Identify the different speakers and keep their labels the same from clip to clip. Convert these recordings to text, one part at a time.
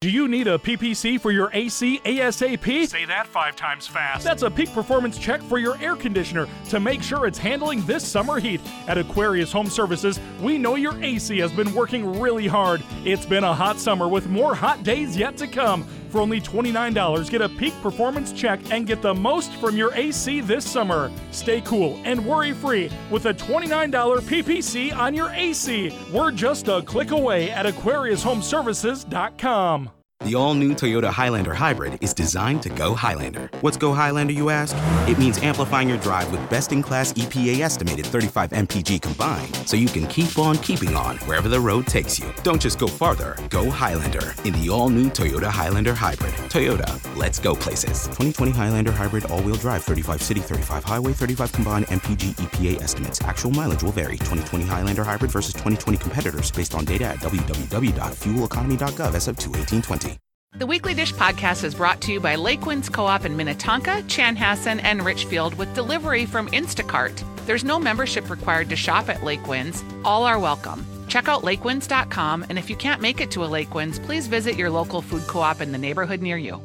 Speaker 1: Do you need a PPC for your AC ASAP?
Speaker 2: Say that five times fast.
Speaker 1: That's a peak performance check for your air conditioner to make sure it's handling this summer heat. At Aquarius Home Services, we know your AC has been working really hard. It's been a hot summer with more hot days yet to come. For only $29, get a peak performance check and get the most from your AC this summer. Stay cool and worry free with a $29 PPC on your AC. We're just a click away at AquariusHomeservices.com.
Speaker 3: The all new Toyota Highlander Hybrid is designed to go Highlander. What's go Highlander, you ask? It means amplifying your drive with best in class EPA estimated 35 mpg combined so you can keep on keeping on wherever the road takes you. Don't just go farther, go Highlander in the all new Toyota Highlander Hybrid. Toyota, let's go places. 2020 Highlander Hybrid all wheel drive 35 city, 35 highway, 35 combined mpg EPA E estimates. Actual mileage will vary. 2020 Highlander Hybrid versus 2020 competitors based on data at www.fueleconomy.gov SF2 1820.
Speaker 4: The Weekly Dish podcast is brought to you by Lakewinds Co op in Minnetonka, Chanhassen, and Richfield with delivery from Instacart. There's no membership required to shop at Lakewinds. All are welcome. Check out lakewinds.com, and if you can't make it to a Lakewinds, please visit your local food co op in the neighborhood near you.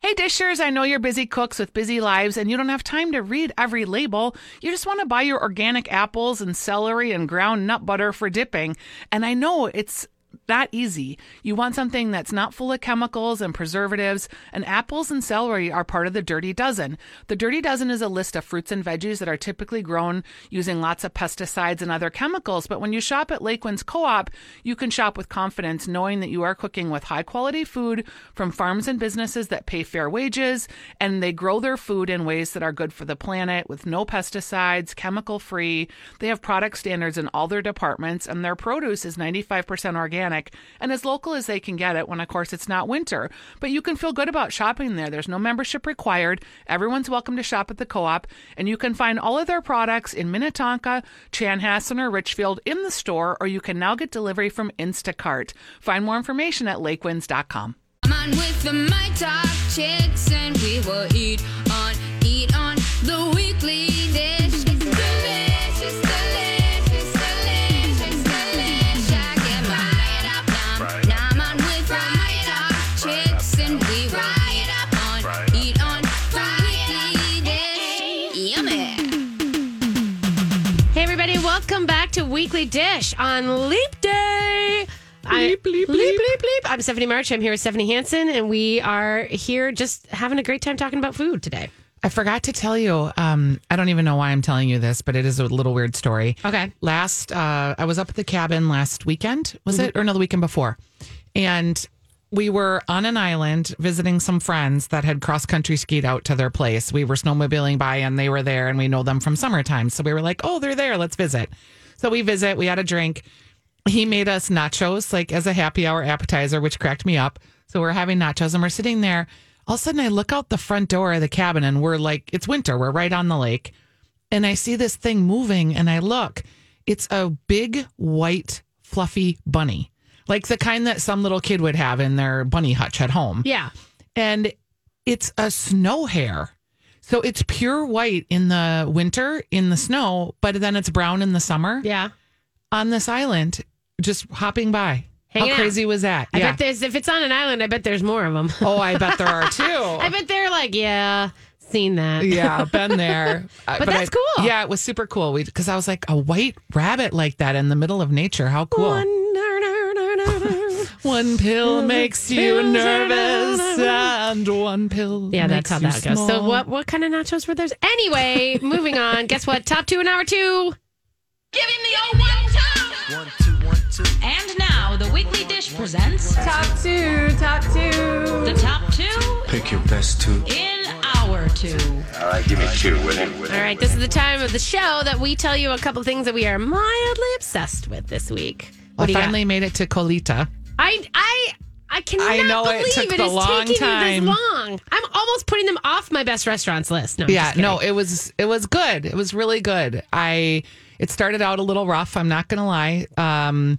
Speaker 4: Hey, dishers, I know you're busy cooks with busy lives and you don't have time to read every label. You just want to buy your organic apples and celery and ground nut butter for dipping. And I know it's that easy. You want something that's not full of chemicals and preservatives, and apples and celery are part of the Dirty Dozen. The Dirty Dozen is a list of fruits and veggies that are typically grown using lots of pesticides and other chemicals. But when you shop at Lakewinds Co op, you can shop with confidence knowing that you are cooking with high quality food from farms and businesses that pay fair wages and they grow their food in ways that are good for the planet with no pesticides, chemical free. They have product standards in all their departments, and their produce is 95% organic and as local as they can get it when, of course, it's not winter. But you can feel good about shopping there. There's no membership required. Everyone's welcome to shop at the co op, and you can find all of their products in Minnetonka, Chanhassen, or Richfield in the store, or you can now get delivery from Instacart. Find more information at lakewinds.com.
Speaker 5: Come on with the My Talk chicks and we will eat on, eat on the weekly dish. It's delicious, delicious, delicious, delicious. I can buy it up um,
Speaker 2: Right.
Speaker 5: now. Now on with the My Talk chicks and we will eat up on, eat on the weekly dish. Yummy.
Speaker 6: Hey, everybody, welcome back to Weekly Dish on Leap Day. I,
Speaker 1: Bleep, bleep, bleep.
Speaker 6: bleep, bleep, bleep. I'm Stephanie March. I'm here with Stephanie Hansen, and we are here just having a great time talking about food today.
Speaker 4: I forgot to tell you. Um, I don't even know why I'm telling you this, but it is a little weird story.
Speaker 6: Okay.
Speaker 4: Last, uh, I was up at the cabin last weekend, was
Speaker 6: Mm-hmm.
Speaker 4: it? Or no, the weekend before. And we were on an island visiting some friends that had cross country skied out to their place. We were snowmobiling by and they were there and we know them from summertime. So we were like, oh, they're there. Let's visit. So we visit, we had a drink. He made us nachos, like as a happy hour appetizer, which cracked me up. So we're having nachos and we're sitting there. All of a sudden, I look out the front door of the cabin and we're like, it's winter. We're right on the lake and I see this thing moving and I look. It's a big white fluffy bunny. Like the kind that some little kid would have in their bunny hutch at home.
Speaker 6: Yeah.
Speaker 4: And it's a snow hare. So it's pure white in the winter in the snow, but then it's brown in the summer
Speaker 6: Yeah.
Speaker 4: on this island just hopping by.
Speaker 6: Hanging
Speaker 4: How
Speaker 6: out.
Speaker 4: crazy was that?
Speaker 6: I bet there's, if it's on an island, I bet there's more of them.
Speaker 4: oh, I bet there are too.
Speaker 6: I bet they're like, yeah, seen that.
Speaker 4: yeah, been there. Uh,
Speaker 6: But that's
Speaker 4: I-
Speaker 6: cool.
Speaker 4: Yeah, it was super cool. We because I was like a white rabbit like that in the middle of nature. How cool! One, pill makes you
Speaker 6: Pills are
Speaker 4: nervous,
Speaker 6: nervous.
Speaker 4: and one pill.
Speaker 6: Yeah,
Speaker 4: makes
Speaker 6: that's how
Speaker 4: you
Speaker 6: that goes. So
Speaker 4: small.
Speaker 6: what what kind of nachos were those? Anyway, moving on. Guess what? Top two in hour two.
Speaker 5: Give him the old one, two.
Speaker 7: And now the weekly dish presents
Speaker 6: Top two, top two.
Speaker 7: the top two
Speaker 8: Pick your best two.
Speaker 7: in hour two.
Speaker 8: All right, give me two, will you?
Speaker 6: All right, this is the time of the show that we tell you a couple things that we are mildly obsessed with this week. What
Speaker 4: I
Speaker 6: do you got?
Speaker 4: finally made it to Colita.
Speaker 6: I I I cannot
Speaker 4: I know it
Speaker 6: believe it,
Speaker 4: took
Speaker 6: is
Speaker 4: the long
Speaker 6: taking
Speaker 4: time.
Speaker 6: you this long. I'm almost putting them off my best restaurants list. No, I'm
Speaker 4: Yeah,
Speaker 6: just kidding.
Speaker 4: no, it was it was good. It was really good. I it started out a little rough. I'm not gonna lie. Um,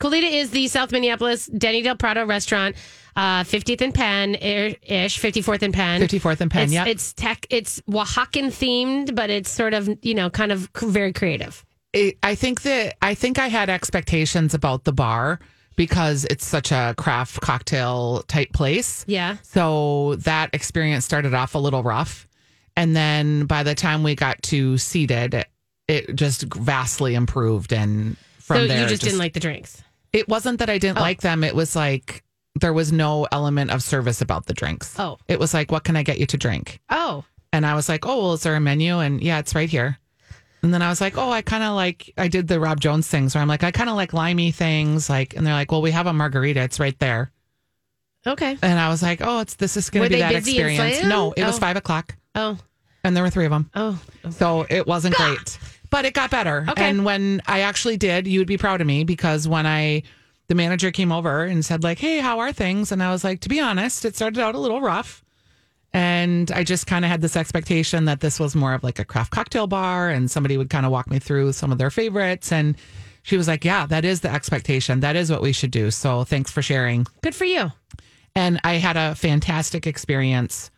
Speaker 6: Colita is the South Minneapolis Denny Del Prado restaurant, uh, 50th and Penn er- ish, 54th and Penn.
Speaker 4: 54th and Penn.
Speaker 6: It's,
Speaker 4: Yeah,
Speaker 6: it's tech. It's Oaxacan themed, but it's sort of you know kind of c- very creative.
Speaker 4: it, I think that I think I had expectations about the bar
Speaker 2: because it's such a craft cocktail type place.
Speaker 6: Yeah.
Speaker 2: So that experience started off a little rough. And then by the time we got to seated, it, it just vastly improved. And from
Speaker 6: So you
Speaker 2: there,
Speaker 6: just, didn't like Oh. the drinks.
Speaker 2: it wasn't that I didn't like them. It was like there was no element of service about the drinks.
Speaker 6: Oh.
Speaker 2: It was like, what can I get you to drink?
Speaker 6: Oh.
Speaker 2: And I was like, oh, well, is there a menu? And yeah, it's right here. And then I was like, oh, I kind of like, I did the Rob Jones things where I'm like, I kind of like limey things. Like, and they're like, well, we have a margarita. It's right there.
Speaker 6: Okay.
Speaker 2: And I was like, oh, it's this is going
Speaker 6: Were
Speaker 2: to be
Speaker 6: they
Speaker 2: that
Speaker 6: busy in
Speaker 2: experience.
Speaker 6: Salem?
Speaker 2: No, it was
Speaker 6: Oh.
Speaker 2: five o'clock
Speaker 6: Oh.
Speaker 2: and there were three of them.
Speaker 6: Oh.
Speaker 2: So it wasn't great, but it got better.
Speaker 6: Okay.
Speaker 2: And when I actually did, you would be proud of me because when I, the manager came over and said, like, hey, how are things? And I was like, to be honest, it started out a little rough. And I just kind of had this expectation that this was more of like a craft cocktail bar and somebody would kind of walk me through some of their favorites. And she was like, yeah, that is the expectation. That is what we should do. So thanks for sharing
Speaker 6: Good for you.
Speaker 2: and I had a fantastic experience.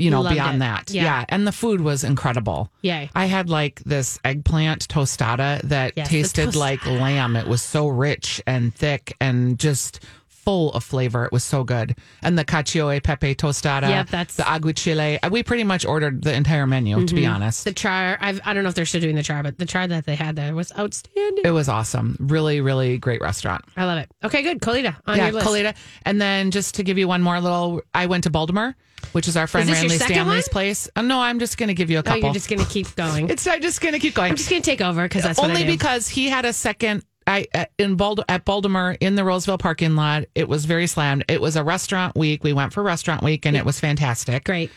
Speaker 2: You know,
Speaker 6: loved
Speaker 2: beyond
Speaker 6: it.
Speaker 2: that,
Speaker 6: Yeah.
Speaker 2: and the food was incredible.
Speaker 6: Yay.
Speaker 2: I had like this eggplant tostada that
Speaker 6: Yes, the
Speaker 2: tasted like lamb. It was so rich and thick and just full of flavor. It was so good. And the cacio e pepe tostada.
Speaker 6: Yep, that's- Mm-hmm.
Speaker 2: the aguachile. We pretty much ordered the entire menu. To be honest,
Speaker 6: The char, I've, I don't know if they're still doing the char, but the char that they had there was outstanding.
Speaker 2: it was awesome. Really, really great restaurant.
Speaker 6: I love it. Okay, good. Colita on
Speaker 2: yeah,
Speaker 6: your list.
Speaker 2: Colita. And then just to give you one more little, I went to Baltimore, which is our friend
Speaker 6: Is this your
Speaker 2: Randy
Speaker 6: second
Speaker 2: Stanley's
Speaker 6: one?
Speaker 2: place. Uh, no, I'm just going to give you a
Speaker 6: Oh,
Speaker 2: couple.
Speaker 6: you're just going to keep going.
Speaker 2: it's I'm just going to keep going.
Speaker 6: I'm just going to take over because that's what
Speaker 2: Only
Speaker 6: I do.
Speaker 2: because he had a second. I at- in Bald at Baltimore in the Roseville parking lot. It was very slammed. It was a restaurant week. We went for restaurant week, and it was fantastic.
Speaker 6: Great.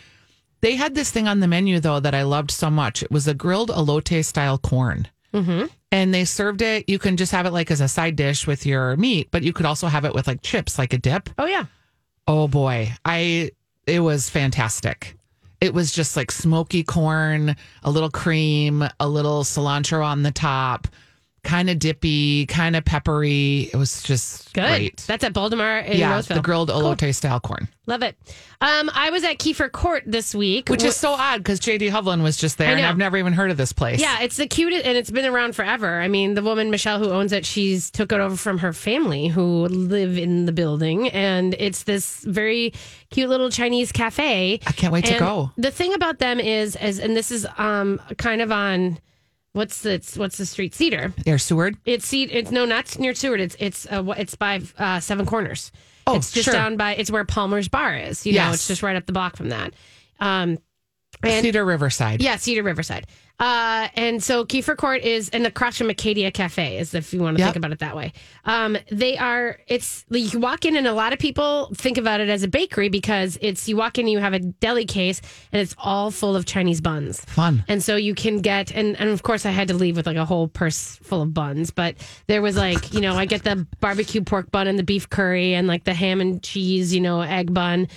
Speaker 2: They had this thing on the menu though that I loved so much. It was a grilled elote style corn.
Speaker 6: Mm-hmm.
Speaker 2: And they served it. You can just have it like as a side dish with your meat, but you could also have it with like chips, like a dip.
Speaker 6: Oh, yeah.
Speaker 2: Oh boy, I it was fantastic. It was just like smoky corn, a little cream, a little cilantro on the top, kind of dippy, kind of peppery. It was just
Speaker 6: Good.
Speaker 2: great.
Speaker 6: That's at Baltimore in
Speaker 2: yeah,
Speaker 6: Roseville.
Speaker 2: the grilled elote style corn,
Speaker 6: Love it. Um, I was at Kiefer Court this week,
Speaker 2: which is so odd because JD Hovland was just there, and
Speaker 6: know.
Speaker 2: I've never even heard of this place.
Speaker 6: Yeah, it's the cutest, and it's been around forever. I mean, the woman Michelle who owns it, she's took it over from her family who live in the building, and it's this very cute little Chinese cafe.
Speaker 2: I can't wait to
Speaker 6: And
Speaker 2: go.
Speaker 6: The thing about them is, is and this is um kind of on what's the what's the street Cedar.
Speaker 2: Air Seward.
Speaker 6: It's Ced- It's no, not near Seward. It's it's uh, wh- it's by uh, Seven Corners.
Speaker 2: Oh,
Speaker 6: it's just
Speaker 2: sure.
Speaker 6: down by. It's where Palmer's Bar is. You know,
Speaker 2: Yes.
Speaker 6: it's just right up the block from that. Um, and-
Speaker 2: Cedar Riverside.
Speaker 6: yeah, Cedar Riverside. Uh, and so Kiefer Court is, and across from Acadia Cafe is, if you want to
Speaker 2: Yep.
Speaker 6: think about it that way. Um, they are, it's, like, you walk in, and a lot of people think about it as a bakery because it's, you walk in, and you have a deli case, and it's all full of Chinese buns.
Speaker 2: Fun.
Speaker 6: And so you can get, and, and of course, I had to leave with like a whole purse full of buns, but there was like, you know, I get the barbecue pork bun and the beef curry and like the ham and cheese, you know, egg bun.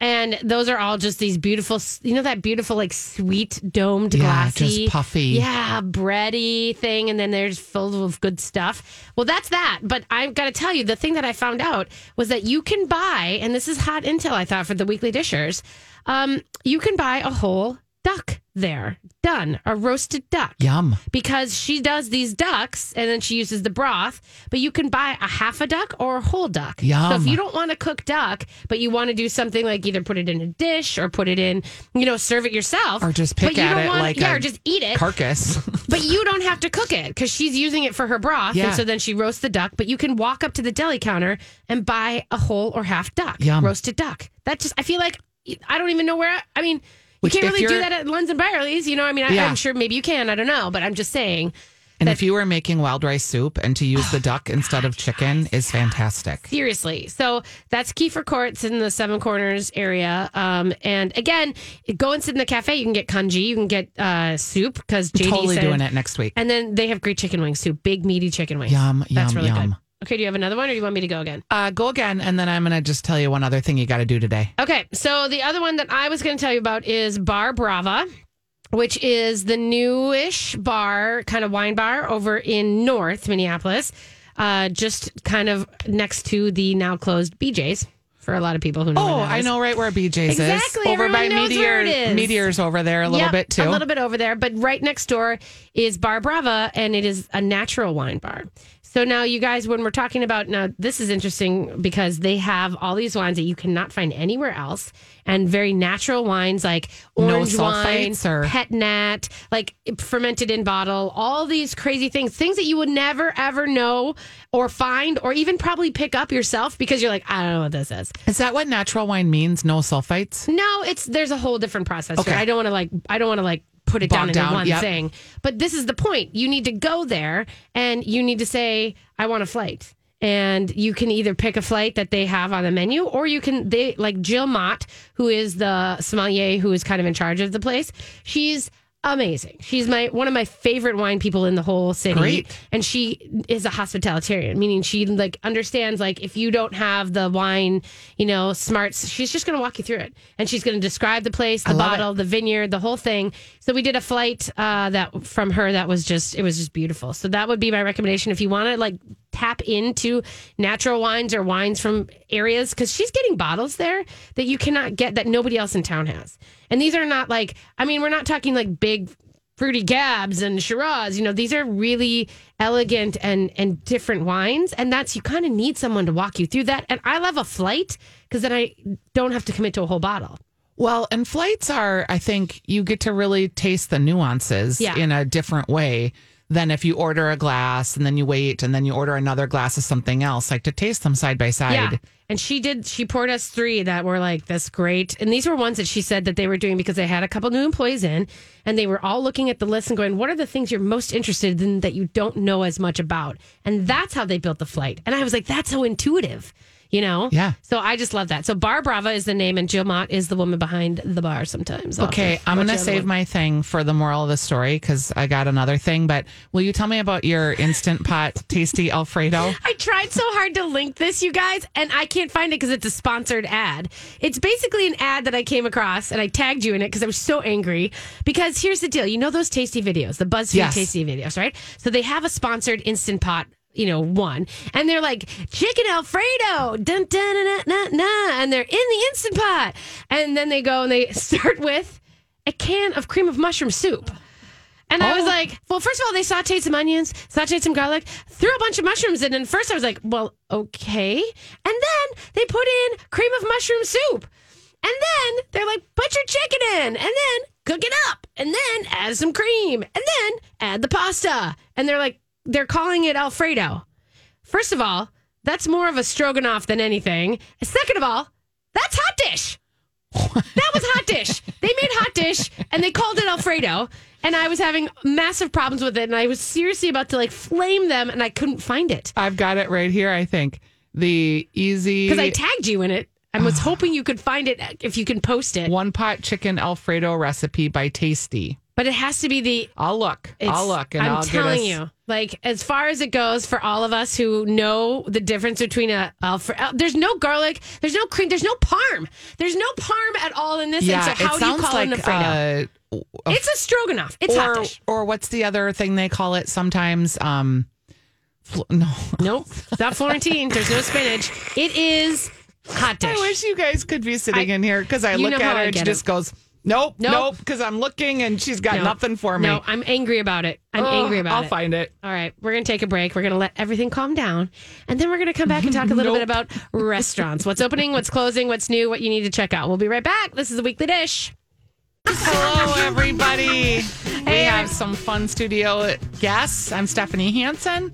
Speaker 6: And those are all just these beautiful, you know, that beautiful, like sweet domed
Speaker 2: Yeah,
Speaker 6: glassy.
Speaker 2: just puffy.
Speaker 6: Yeah, Ah, bready thing. And then there's full of good stuff. Well, that's that. But I've got to tell you, the thing that I found out was that you can buy, and this is hot intel, I thought, for the weekly dishers, um, you can buy a whole duck there, done, a roasted duck
Speaker 2: Yum.
Speaker 6: because she does these ducks and then she uses the broth, but you can buy a half a duck or a whole duck. So if
Speaker 2: Yum.
Speaker 6: you don't want to cook duck, but you want to do something like either put it in a dish or put it in, you know, serve it yourself.
Speaker 2: Or just
Speaker 6: but
Speaker 2: pick
Speaker 6: you
Speaker 2: at
Speaker 6: don't
Speaker 2: it
Speaker 6: wanna-
Speaker 2: like
Speaker 6: yeah,
Speaker 2: a
Speaker 6: or just eat it.
Speaker 2: Carcass.
Speaker 6: But you don't have to cook it because she's using it for her broth.
Speaker 2: Yeah.
Speaker 6: And so then she roasts the duck, but you can walk up to the deli counter and buy a whole or half duck,
Speaker 2: Yum.
Speaker 6: roasted duck. That just, I feel like, I don't even know where, I, I mean,
Speaker 2: Which
Speaker 6: you
Speaker 2: if
Speaker 6: can't really do
Speaker 2: you're-
Speaker 6: that at Lunds and Byerly's. You know, I mean, I,
Speaker 2: Yeah.
Speaker 6: I'm sure maybe you can. I don't know, but I'm just saying.
Speaker 2: and if you were making wild rice soup and to use the duck instead of chicken is fantastic.
Speaker 6: Seriously. So that's Kiefer Courts in the Seven Corners area. Um, and again, go and sit in the cafe. You can get congee, you can get uh, soup because JD
Speaker 2: Totally
Speaker 6: said-
Speaker 2: doing it next week.
Speaker 6: And then they have great chicken wings too, big meaty chicken wings.
Speaker 2: Yum,
Speaker 6: that's
Speaker 2: yum,
Speaker 6: really good.
Speaker 2: yum.
Speaker 6: Okay, do you have another one, or do you want me to go again?
Speaker 2: Uh, go again, and then I'm going to just tell you one other thing you got to do today.
Speaker 6: Okay, so the other one that I was going to tell you about is Bar Brava, which is the newish bar, kind of wine bar over in North Minneapolis, uh, just kind of next to the now closed BJ's for a lot of people who know.
Speaker 2: Oh,
Speaker 6: where that
Speaker 2: I
Speaker 6: is.
Speaker 2: know right where BJ's
Speaker 6: Exactly,
Speaker 2: is. Over by
Speaker 6: everyone knows where it is.
Speaker 2: Meteors over there a little
Speaker 6: Yep,
Speaker 2: bit too.
Speaker 6: A little bit over there, but right next door is Bar Brava, and it is a natural wine bar. So now, you guys, when we're talking about now, this is interesting because they have all these wines that you cannot find anywhere else, and very natural wines like
Speaker 2: No
Speaker 6: orange wine,
Speaker 2: sulfites or-
Speaker 6: pet nat, like fermented in bottle, all these crazy things, things that you would never ever know or find or even probably pick up yourself because you're like, I don't know what this is.
Speaker 2: Is that what natural wine means? No sulfites?
Speaker 6: No, it's there's a whole different process.
Speaker 2: Okay.
Speaker 6: Here. I don't want to like I don't want to like put it
Speaker 2: Bog
Speaker 6: down into
Speaker 2: down,
Speaker 6: one
Speaker 2: yep.
Speaker 6: thing. But this is the point. You need to go there and you need to say I want a flight. And you can either pick a flight that they have on the menu, or you can they like Jill Mott, who is the sommelier who is kind of in charge of the place. She's amazing. She's my one of my favorite wine people in the whole city
Speaker 2: Great.
Speaker 6: and she is a hospitalitarian meaning she like understands like if you don't have the wine you know smarts she's just going to walk you through it and she's going to describe the place the
Speaker 2: love
Speaker 6: bottle the vineyard the whole thing so we did a flight uh, that from her that was just it was just beautiful so that would be my recommendation if you want to like tap into natural wines or wines from areas because she's getting bottles there that you cannot get that nobody else in town has and these are not like i mean we're not talking like big fruity gabs and shiraz you know these are really elegant and and different wines and that's you kind of need someone to walk you through that and i love a flight because then i don't have to commit to a whole bottle
Speaker 2: Well, and flights are, I think you get to really taste the nuances
Speaker 6: Yeah.
Speaker 2: in a different way than if you order a glass and then you wait and then you order another glass of something else. Like to taste them side by side.
Speaker 6: Yeah. And she did, she poured us three that were like, that's great. And these were ones that she said that they were doing because they had a couple new employees in and they were all looking at the list and going, what are the things you're most interested in that you don't know as much about? And that's how they built the flight. And I was like, that's so intuitive, you know?
Speaker 2: Yeah.
Speaker 6: So I just love that. So Bar Brava is the name and Jill Mott is the woman behind the bar sometimes.
Speaker 2: Okay, I'm going to save my thing for the moral of the story because I got another thing. But will you tell me about your Instant Pot Tasty Alfredo?
Speaker 6: I tried so hard to link this, you guys, and I can't find it because it's a sponsored ad. It's basically an ad that I came across, and I tagged you in it because I was so angry. Because here's the deal: you know those tasty videos, the BuzzFeed
Speaker 2: Yes.
Speaker 6: tasty videos, right? So they have a sponsored instant pot. You know, one, and they're like chicken Alfredo, dun dun dun dun dun, dun," and they're in the instant pot, and then they go and they start with a can of cream of mushroom soup. And I was like, well, first of all, they sauteed some onions, sauteed some garlic, threw a bunch of mushrooms in. And first I was like, well, okay. And then they put in cream of mushroom soup. And then they're like, put your chicken in and then cook it up and then add some cream and then add the pasta. And they're like, they're calling it Alfredo. First of all, that's more of a stroganoff than anything. Second of all, that's hot dish. That was hot dish. They made hot dish and they called it Alfredo. And I was having massive problems with it. And I was seriously about to like flame them and I couldn't find it
Speaker 2: I've got it right here, I think. The easy
Speaker 6: because I tagged you in it. I was hoping you could find it if you can post it.
Speaker 2: one pot chicken Alfredo recipe by Tasty.
Speaker 6: But it has to be the
Speaker 2: I'll look. I'll
Speaker 6: It's-
Speaker 2: look and
Speaker 6: I'm
Speaker 2: will
Speaker 6: telling
Speaker 2: get us,
Speaker 6: you, like as far as it goes for all of us who know the difference between a Alfredo, there's no garlic, there's no cream, there's no parm, there's no parm at all in this.
Speaker 2: Yeah,
Speaker 6: and so how
Speaker 2: it
Speaker 6: do you
Speaker 2: sounds
Speaker 6: call
Speaker 2: like
Speaker 6: it an Alfredo?
Speaker 2: uh,
Speaker 6: it's a stroganoff. It's hot
Speaker 2: or
Speaker 6: dish.
Speaker 2: or what's the other thing they call it sometimes? Um, fl- no,
Speaker 6: Nope, not Florentine. There's no spinach. It is hot dish.
Speaker 2: I wish you guys could be sitting
Speaker 6: I-
Speaker 2: in here because I
Speaker 6: You
Speaker 2: look
Speaker 6: know
Speaker 2: at
Speaker 6: how
Speaker 2: her
Speaker 6: I
Speaker 2: and she
Speaker 6: get 'em.
Speaker 2: just goes, "Nope,
Speaker 6: Nope.
Speaker 2: nope," because I'm looking and she's got nothing for me.
Speaker 6: No, I'm angry about it. I'm
Speaker 2: Oh,
Speaker 6: angry about
Speaker 2: I'll
Speaker 6: it.
Speaker 2: find it.
Speaker 6: All right, we're going to take a break. We're going to let everything calm down. And then we're going to come back and talk a little bit about restaurants what's opening, what's closing, what's new, what you need to check out. We'll be right back. This is the Weekly Dish.
Speaker 2: Hello, everybody. we have some fun studio guests. I'm Stephanie Hansen.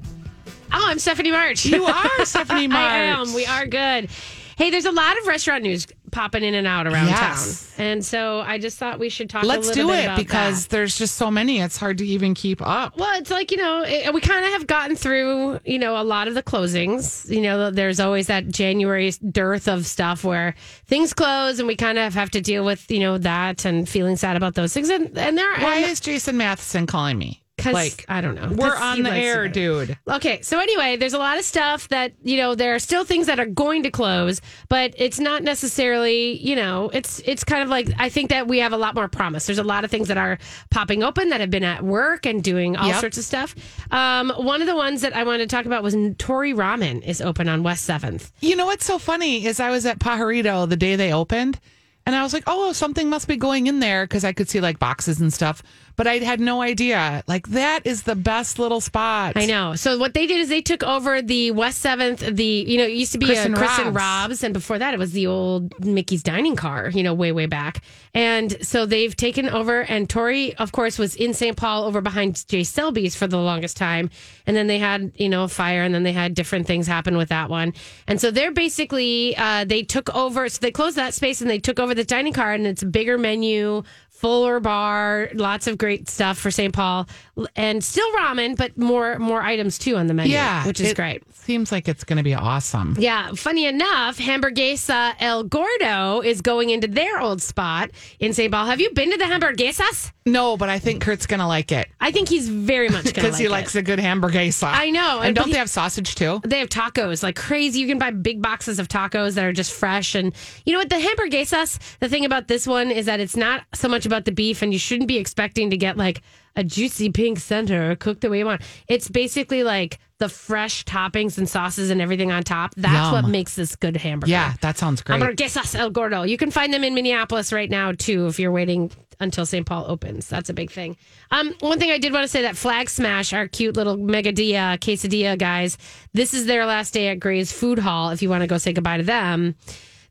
Speaker 6: Oh, I'm Stephanie March.
Speaker 2: You are Stephanie March.
Speaker 6: I am. We are good. Hey, there's a lot of restaurant news popping in and out around
Speaker 2: Yes.
Speaker 6: town. And so I just thought we should talk a
Speaker 2: Let's
Speaker 6: little
Speaker 2: do
Speaker 6: bit
Speaker 2: it
Speaker 6: about
Speaker 2: because
Speaker 6: that.
Speaker 2: there's just so many. It's hard to even keep up.
Speaker 6: Well, it's like, you know, it, we kind of have gotten through, you know, a lot of the closings. You know, there's always that January dearth of stuff where things close and we kind of have to deal with, you know, that and feeling sad about those things. And, and there
Speaker 2: Why
Speaker 6: and-
Speaker 2: is Jason Matheson calling me?
Speaker 6: 'cause-
Speaker 2: Like
Speaker 6: I don't know.
Speaker 2: we're
Speaker 6: 'Cause
Speaker 2: on
Speaker 6: he
Speaker 2: the
Speaker 6: likes you
Speaker 2: air,
Speaker 6: guys.
Speaker 2: dude.
Speaker 6: Okay, so anyway, there's a lot of stuff that, you know, there are still things that are going to close, but it's not necessarily, you know, it's it's kind of like I think that we have a lot more promise. There's a lot of things that are popping open that have been at work and doing all
Speaker 2: Yep.
Speaker 6: sorts of stuff. Um, one of the ones that I wanted to talk about was Tori Ramen is open on West 7th.
Speaker 2: You know what's so funny is I was at Pajarito the day they opened, And I was like, oh, something must be going in there because I could see like boxes and stuff, but I had no idea. Like, that is the best little spot.
Speaker 6: I know. So what they did is they took over the West Seventh. The you know it used to be
Speaker 2: Chris
Speaker 6: a
Speaker 2: and
Speaker 6: Chris and
Speaker 2: Rob's.
Speaker 6: Rob's, and before that it was the old Mickey's Dining Car. You know, way way back. And so they've taken over. And Tori, of course, was in St. Paul over behind Jay Selby's for the longest time. And then they had you know a fire, and then they had different things happen with that one. And so they're basically uh, they took over. So they closed that space and they took over the dining car, and it's a bigger menu fuller bar, lots of great stuff for St. Paul, l- and still ramen, but more more items too on the menu,
Speaker 2: Yeah.
Speaker 6: which is
Speaker 2: it
Speaker 6: great.
Speaker 2: Seems like it's going to be awesome.
Speaker 6: Yeah, funny enough, Hamburguesa El Gordo is going into their old spot in St. Paul. Have you been to the Hamburguesas?
Speaker 2: No, but I think Kurt's going to like it
Speaker 6: I think he's very much going
Speaker 2: because
Speaker 6: to like
Speaker 2: he
Speaker 6: it.
Speaker 2: likes a good hamburger sauce.
Speaker 6: I know,
Speaker 2: And,
Speaker 6: and-
Speaker 2: don't
Speaker 6: but he-
Speaker 2: they have sausage too?
Speaker 6: they have tacos like crazy. You can buy big boxes of tacos that are just fresh. And you know what? The hamburguesas, the thing about this one is that it's not so much about the beef, and you shouldn't be expecting to get like a juicy pink center cooked the way you want. It's basically like the fresh toppings and sauces and everything on top. That's
Speaker 2: Yum.
Speaker 6: what makes this good hamburger.
Speaker 2: Yeah, that sounds great.
Speaker 6: Hamburguesas El Gordo. You can find them in Minneapolis right now too, if you're waiting until St. Paul opens. That's a big thing. Um, one thing I did want to say that Flag Smash, our cute little megadia quesadilla guys, this is their last day at Gray's Food Hall. If you want to go say goodbye to them.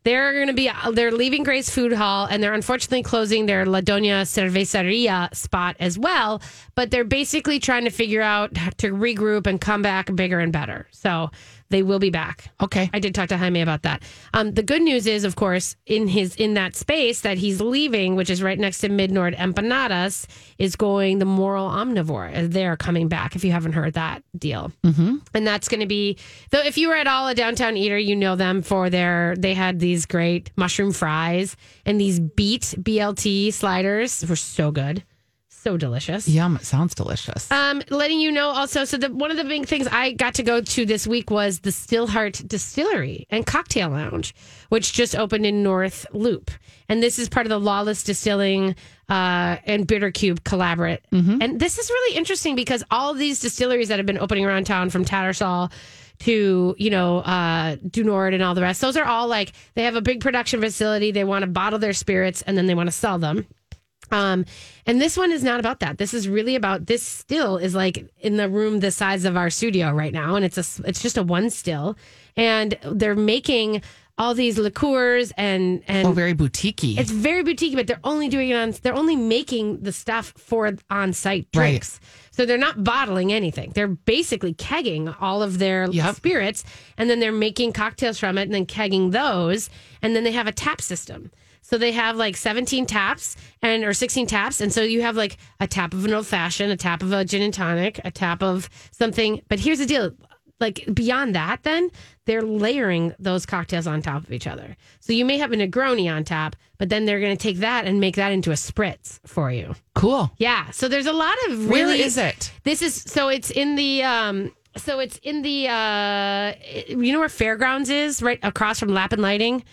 Speaker 6: They're going to be, uh, they're leaving Gray's Food Hall and they're unfortunately closing their La Doña Cerveceria spot as well. But they're basically trying to figure out to regroup and come back bigger and better. So they will be back.
Speaker 2: Okay.
Speaker 6: I did talk to Jaime about that. Um, the good news is, of course, in his in that space that he's leaving, which is right next to Midnord Empanadas, is going the Moral Omnivore. and They are coming back. If you haven't heard that deal, mm-hmm. and that's going to be though. If you were at all a downtown eater, you know them for their. They had these great mushroom fries and these beet BLT sliders were so good, so delicious.
Speaker 2: Yum. It sounds delicious.
Speaker 6: Um, letting you know also. So the one of the big things I got to go to this week was the Stillheart Distillery and Cocktail Lounge, which just opened in North Loop, and this is part of the Lawless Distilling uh, and Bitter Cube collaborate. And this is really interesting because all these distilleries that have been opening around town, from Tattersall to you know uh, Dunord and all the rest, those are all like they have a big production facility. They want to bottle their spirits and then they want to sell them. Um, and this one is not about that. This is really about this still is like in the room the size of our studio right now, and it's a it's just a one still, and they're making all these liqueurs and and
Speaker 2: oh, very boutiquey.
Speaker 6: it's very boutique, but they're only doing it on. They're only making the stuff for on-site
Speaker 2: Right.
Speaker 6: drinks, so they're not bottling anything. They're basically kegging all of their
Speaker 2: Yep.
Speaker 6: spirits, and then they're making cocktails from it, and then kegging those, and then they have a tap system. So they have like 17 taps and or 16 taps, and so you have like a tap of an old fashioned, a tap of a gin and tonic, a tap of something. But here's the deal: like beyond that, then they're layering those cocktails on top of each other. So you may have a Negroni on top, but then they're going to take that and make that into a spritz for you.
Speaker 2: cool.
Speaker 6: Yeah. So there's a lot of really
Speaker 2: Where is it?
Speaker 6: This is so it's in the um so it's in the uh you know where Fairgrounds is right across from Lap and Lighting.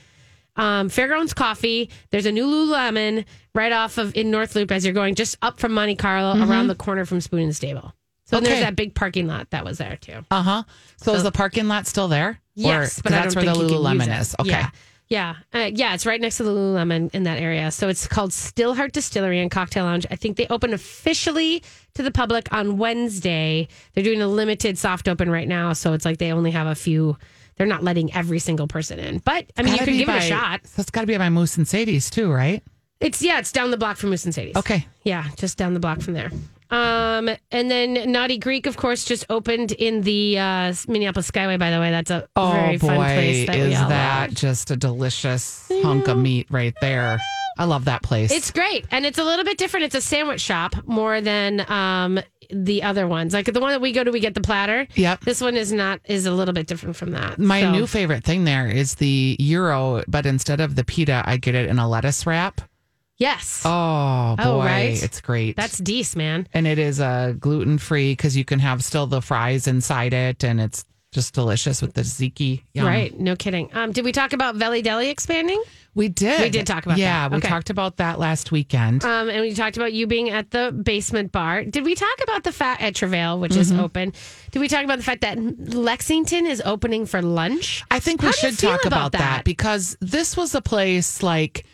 Speaker 6: Um, Fairgrounds Coffee. There's a new Lululemon right off of in North Loop as you're going just up from Monte Carlo around the corner from Spoon and Stable. So
Speaker 2: Okay.
Speaker 6: there's that big parking lot that was there too.
Speaker 2: Uh huh. So, is the parking lot still there?
Speaker 6: Yes,
Speaker 2: Or-
Speaker 6: but I
Speaker 2: that's
Speaker 6: don't
Speaker 2: where
Speaker 6: think
Speaker 2: the
Speaker 6: you can use
Speaker 2: Lululemon
Speaker 6: it.
Speaker 2: is. Okay.
Speaker 6: Yeah. Yeah, uh, yeah, it's right next to the Lululemon in that area. So it's called Stillheart Distillery and Cocktail Lounge. I think they open officially to the public on Wednesday. They're doing a limited soft open right now, so it's like they only have a few. They're not letting every single person in, but I mean, you
Speaker 2: Gotta
Speaker 6: can
Speaker 2: be
Speaker 6: give it a
Speaker 2: by-
Speaker 6: shot.
Speaker 2: So it's got to be by Moose and Sadie's too, right?
Speaker 6: It's yeah, it's down the block from Moose and Sadie's.
Speaker 2: Okay.
Speaker 6: Yeah, just down the block from there. Um, and then Naughty Greek, of course, just opened in the uh, Minneapolis Skyway. By the way, that's a
Speaker 2: Oh
Speaker 6: very
Speaker 2: boy,
Speaker 6: fun place. That we
Speaker 2: is
Speaker 6: all
Speaker 2: that
Speaker 6: love.
Speaker 2: just a delicious hunk of meat right there? I love that place.
Speaker 6: It's great, and it's a little bit different. It's a sandwich shop more than um, the other ones. Like the one that we go to, we get the platter.
Speaker 2: Yep.
Speaker 6: This one is not is a little bit different from that.
Speaker 2: my
Speaker 6: So-
Speaker 2: new favorite thing there is the euro, but instead of the pita, I get it in a lettuce wrap.
Speaker 6: yes,
Speaker 2: Oh boy,
Speaker 6: Oh, right.
Speaker 2: it's great.
Speaker 6: that's Dees, man.
Speaker 2: and it is a uh, gluten free because you can have still the fries inside it, and it's just delicious with the tzatziki. Yum.
Speaker 6: Right, no kidding. Um, did we talk about Veli Deli expanding?
Speaker 2: We did.
Speaker 6: We did talk about
Speaker 2: Yeah,
Speaker 6: that.
Speaker 2: we
Speaker 6: Okay.
Speaker 2: talked about that last weekend.
Speaker 6: Um, and we talked about you being at the basement bar. Did we talk about the fat at Travail, which
Speaker 2: Mm-hmm.
Speaker 6: is open? Did we talk about the fact that Lexington is opening for lunch?
Speaker 2: I think we
Speaker 6: How do you
Speaker 2: should
Speaker 6: feel
Speaker 2: talk
Speaker 6: about
Speaker 2: about, that?
Speaker 6: that?
Speaker 2: because this was a place like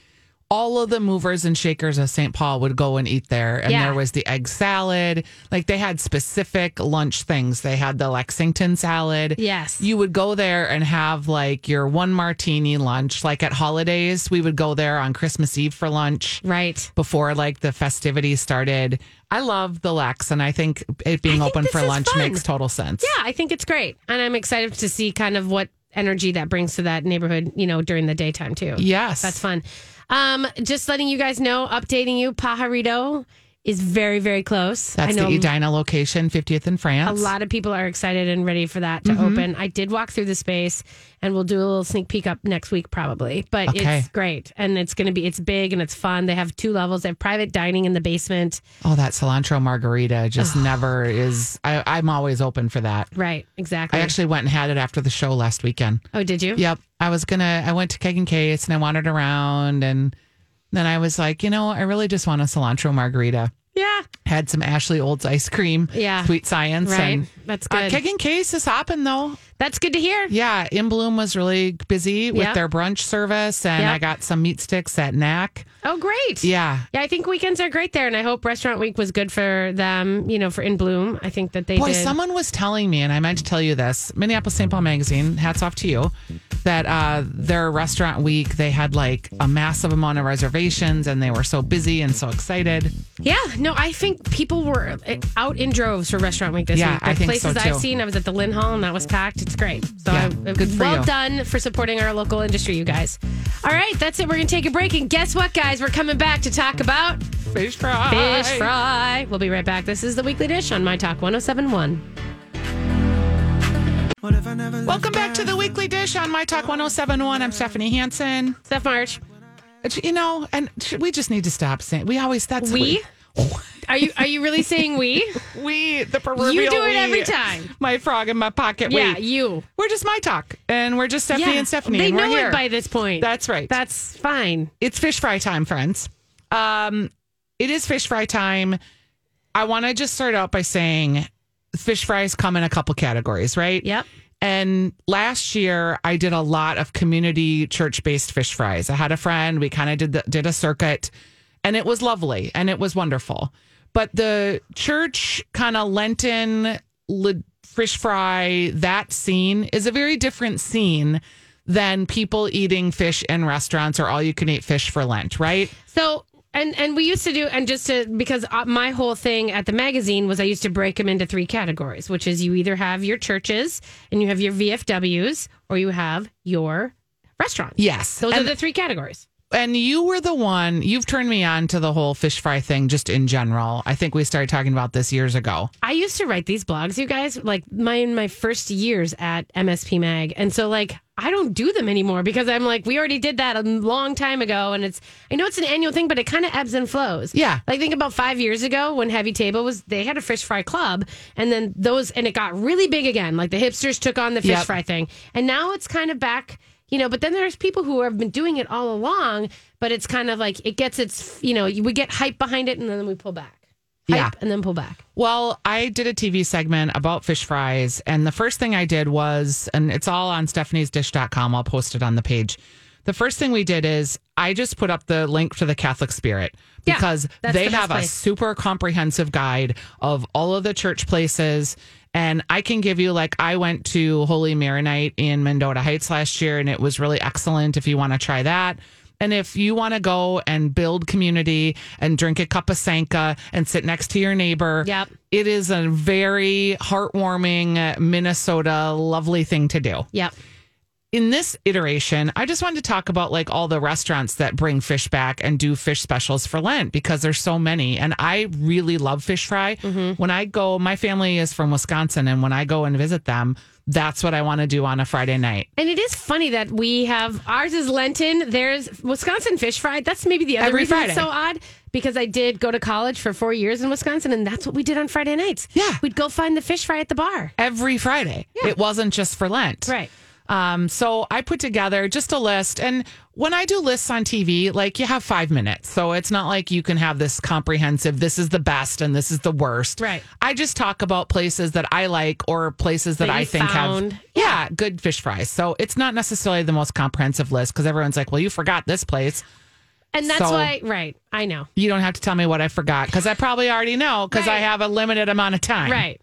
Speaker 2: all of the movers and shakers of St. Paul would go and eat there. And
Speaker 6: Yeah.
Speaker 2: there was the egg salad. Like they had specific lunch things. They had the Lexington salad.
Speaker 6: Yes.
Speaker 2: You would go there and have like your one martini lunch. Like at holidays, we would go there on Christmas Eve for lunch
Speaker 6: Right.
Speaker 2: before like the festivities started. I love the Lex, and I think it being
Speaker 6: think
Speaker 2: open
Speaker 6: this
Speaker 2: for
Speaker 6: is
Speaker 2: lunch
Speaker 6: fun.
Speaker 2: makes total sense.
Speaker 6: Yeah, I think it's great. And I'm excited to see kind of what energy that brings to that neighborhood, you know, during the daytime too.
Speaker 2: Yes.
Speaker 6: That's fun. Um, just letting you guys know, updating you, Pajarito is very, very close.
Speaker 2: That's
Speaker 6: I know
Speaker 2: the Edina location, 50th in
Speaker 6: a
Speaker 2: France.
Speaker 6: lot of people are excited and ready for that to
Speaker 2: Mm-hmm.
Speaker 6: open. I did walk through the space and we'll do a little sneak peek up next week probably. But
Speaker 2: Okay.
Speaker 6: it's great. And it's gonna be it's big and it's fun. They have two levels. They have private dining in the basement.
Speaker 2: Oh, that cilantro margarita just never is. I, I'm always open for that.
Speaker 6: Right,
Speaker 2: I
Speaker 6: exactly.
Speaker 2: actually went and had it after the show last weekend.
Speaker 6: oh, did you?
Speaker 2: Yep. I was going to, I went to Keg and Case and I wandered around. And then I was like, you know, I really just want a cilantro margarita.
Speaker 6: Yeah.
Speaker 2: Had some Ashley Olds ice cream.
Speaker 6: Yeah.
Speaker 2: Sweet science.
Speaker 6: Right.
Speaker 2: And,
Speaker 6: That's
Speaker 2: Uh,
Speaker 6: good.
Speaker 2: Keg and Case is hopping though.
Speaker 6: That's good to hear.
Speaker 2: Yeah, In Bloom was really busy with
Speaker 6: Yep.
Speaker 2: their brunch service, and
Speaker 6: Yep.
Speaker 2: I got some meat sticks at Knack.
Speaker 6: Oh, great.
Speaker 2: Yeah,
Speaker 6: Yeah, I think weekends are great there, and I hope Restaurant Week was good for them. You know, for In Bloom, I think that they
Speaker 2: boy,
Speaker 6: did.
Speaker 2: someone was telling me, and I meant to tell you this. Minneapolis St. Paul Magazine, hats off to you, that uh, their restaurant week they had like a massive amount of reservations, and they were so busy and so excited.
Speaker 6: yeah, no, I think people were uh, out in droves for Restaurant Week this
Speaker 2: Yeah,
Speaker 6: week. The
Speaker 2: I think so,
Speaker 6: places I've
Speaker 2: too.
Speaker 6: seen, I was at the Lynn Hall, and that was packed. It's great. So
Speaker 2: Yeah,
Speaker 6: I,
Speaker 2: good for
Speaker 6: well
Speaker 2: you.
Speaker 6: done for supporting our local industry, you guys. All right, that's it. We're gonna take a break, and guess what, guys? We're coming back to talk about
Speaker 2: Fish fry.
Speaker 6: fish fry. We'll be right back. This is the Weekly Dish on My Talk 1071.
Speaker 2: Welcome back to the weekly dish on My Talk 1071. I'm Stephanie Hansen.
Speaker 6: Steph March,
Speaker 2: You know, and we just need to stop saying we always that's
Speaker 6: we. Are you are you really saying we?
Speaker 2: We, the proverbial
Speaker 6: You do it
Speaker 2: we.
Speaker 6: every time.
Speaker 2: My frog in my pocket.
Speaker 6: Yeah,
Speaker 2: we.
Speaker 6: you.
Speaker 2: We're just my talk, and we're just Stephanie and Stephanie.
Speaker 6: They
Speaker 2: and we're
Speaker 6: know
Speaker 2: here.
Speaker 6: it by this point.
Speaker 2: That's right.
Speaker 6: That's fine.
Speaker 2: it's fish fry time, friends. Um, it is fish fry time. I want to just start out by saying fish fries come in a couple categories, right?
Speaker 6: Yep.
Speaker 2: And last year, I did a lot of community church based fish fries. I had a friend. We kind of did the, did a circuit, and it was lovely and it was wonderful. But the church kind of Lenten li- fish fry that scene is a very different scene than people eating fish in restaurants or all you can eat fish for Lent, right?
Speaker 6: So and and we used to do and just to because uh, my whole thing at the magazine was I used to break them into three categories, which is you either have your churches and you have your VFWs or you have your restaurants.
Speaker 2: Yes.
Speaker 6: Those
Speaker 2: and
Speaker 6: are the three categories.
Speaker 2: and you were the one you've turned me on to the whole fish fry thing just in general. I think we started talking about this years ago.
Speaker 6: I used to write these blogs, you guys, like my in my first years at MSP Mag, and so like I don't do them anymore because I'm like we already did that a long time ago, and it's I know it's an annual thing, but it kind of ebbs and flows.
Speaker 2: Yeah.
Speaker 6: like think about five years ago when Heavy Table was they had a fish fry club, and then those and it got really big again. Like the hipsters took on the fish
Speaker 2: Yep.
Speaker 6: fry thing, and now it's kind of back. You know, but then there's people who have been doing it all along, but it's kind of like it gets its, you know, we get hype behind it and then we pull back. Hype
Speaker 2: Yeah.
Speaker 6: And then pull back.
Speaker 2: Well, I did a TV segment about fish fries, and the first thing I did was, and it's all on stephaniesdish.com. I'll post it on the page. The first thing we did is I just put up the link to the Catholic Spirit
Speaker 6: Yeah,
Speaker 2: because
Speaker 6: that's
Speaker 2: they
Speaker 6: the best
Speaker 2: have a
Speaker 6: place.
Speaker 2: super comprehensive guide of all of the church places. And I can give you, like, I went to Holy Mary Night in Mendota Heights last year, and it was really excellent if you want to try that. And if you want to go and build community and drink a cup of Sanka and sit next to your neighbor,
Speaker 6: Yep.
Speaker 2: it is a very heartwarming uh, Minnesota lovely thing to do.
Speaker 6: Yep.
Speaker 2: In this iteration, I just wanted to talk about like all the restaurants that bring fish back and do fish specials for Lent because there's so many. And I really love fish fry. When I go, my family is from Wisconsin, and when I go and visit them, that's what I want to do on a Friday night.
Speaker 6: And it is funny that we have ours is Lenten. There's Wisconsin fish fried. That's maybe the other
Speaker 2: Every
Speaker 6: reason it's
Speaker 2: Friday.
Speaker 6: so odd because I did go to college for four years in Wisconsin, and that's what we did on Friday nights.
Speaker 2: Yeah.
Speaker 6: we'd go find the fish fry at the bar.
Speaker 2: Every Friday. It wasn't just for Lent.
Speaker 6: Right.
Speaker 2: Um, so I put together just a list. And when I do lists on TV, like you have five minutes. So it's not like you can have this comprehensive, this is the best and this is the worst.
Speaker 6: Right.
Speaker 2: I just talk about places that I like or places that,
Speaker 6: That
Speaker 2: I
Speaker 6: you
Speaker 2: think
Speaker 6: found.
Speaker 2: have, yeah, good fish fries. So it's not necessarily the most comprehensive list because everyone's like, well, you forgot this place.
Speaker 6: And that's
Speaker 2: So-
Speaker 6: why, right? I know,
Speaker 2: You don't have to tell me what I forgot because I probably already know because I
Speaker 6: Right.
Speaker 2: have a limited amount of time.
Speaker 6: right?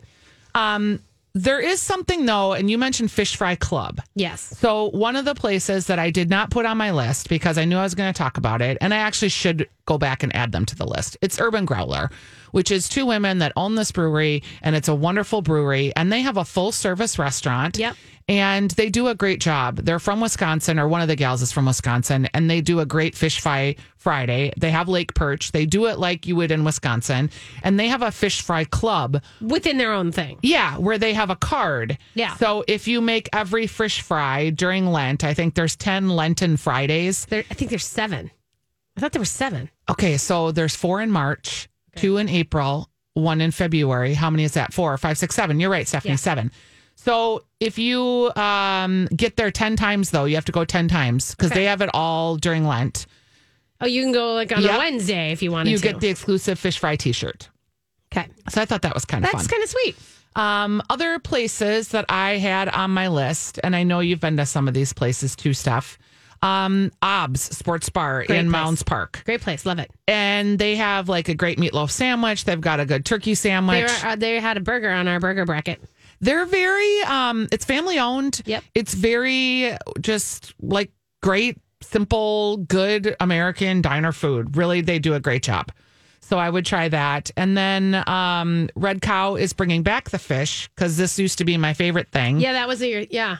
Speaker 2: There is something though, and you mentioned Fish Fry Club.
Speaker 6: Yes,
Speaker 2: So, one of the places that I did not put on my list because I knew I was going to talk about it, and I actually should go back and add them to the list, it's Urban Growler, which is two women that own this brewery, and it's a wonderful brewery, and they have a full service restaurant.
Speaker 6: Yep.
Speaker 2: And they do a great job. They're from Wisconsin, or one of the gals is from Wisconsin, and they do a great fish fry Friday. They have lake perch. They do it like you would in Wisconsin, and they have a fish fry club
Speaker 6: within their own thing.
Speaker 2: yeah, where they have a card.
Speaker 6: Yeah.
Speaker 2: So if you make every fish fry during Lent, I think there's 10 Lenten Fridays.
Speaker 6: There, I think there's seven. I thought there were seven.
Speaker 2: Okay, so there's four in March, two in April, one in February. How many is that? Four, five, six, seven. You're right, Stephanie,
Speaker 6: Yeah.
Speaker 2: seven. So if you um, get there 10 times, though, you have to go 10 times because they have it all during Lent.
Speaker 6: Oh, you can go like on
Speaker 2: Yep.
Speaker 6: a Wednesday if you wanted
Speaker 2: You
Speaker 6: to.
Speaker 2: get the exclusive fish fry t shirt.
Speaker 6: okay,
Speaker 2: So I thought that was kind of fun.
Speaker 6: that's kind of sweet.
Speaker 2: Um, other places that I had on my list, and I know you've been to some of these places too, Steph. Um, Ob's Sports Bar
Speaker 6: Great
Speaker 2: in
Speaker 6: place.
Speaker 2: Mounds Park,
Speaker 6: Great place, love it.
Speaker 2: and they have like a great meatloaf sandwich. They've got a good turkey
Speaker 6: They,
Speaker 2: sandwich.
Speaker 6: were, uh, they had a burger on our burger bracket.
Speaker 2: They're very, um, it's family owned.
Speaker 6: Yep.
Speaker 2: It's very just like great, simple, good American diner food. Really, they do a great job. So I would try that. And then um, Red Cow is bringing back the fish because this used to be my favorite thing.
Speaker 6: Yeah, that was your yeah.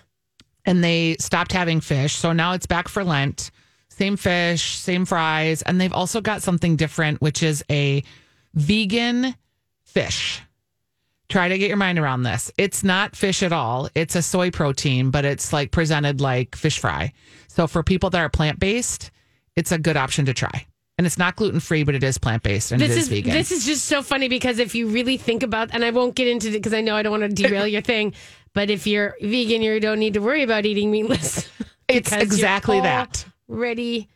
Speaker 2: and they stopped having fish. So now it's back for Lent. Same fish, same fries. And they've also got something different, which is a vegan fish. Try to get your mind around this. It's not fish at all. It's a soy protein, but it's like presented like fish fry. So for people that are plant based, it's a good option to try. And it's not gluten free, but it is plant based and
Speaker 6: This
Speaker 2: it is,
Speaker 6: is
Speaker 2: vegan.
Speaker 6: this is just so funny because if you really think about, and I won't get into it because I know I don't want to derail your thing, but if you're vegan, you don't need to worry about eating meatless.
Speaker 2: it's
Speaker 6: because you're
Speaker 2: exactly that.
Speaker 6: Already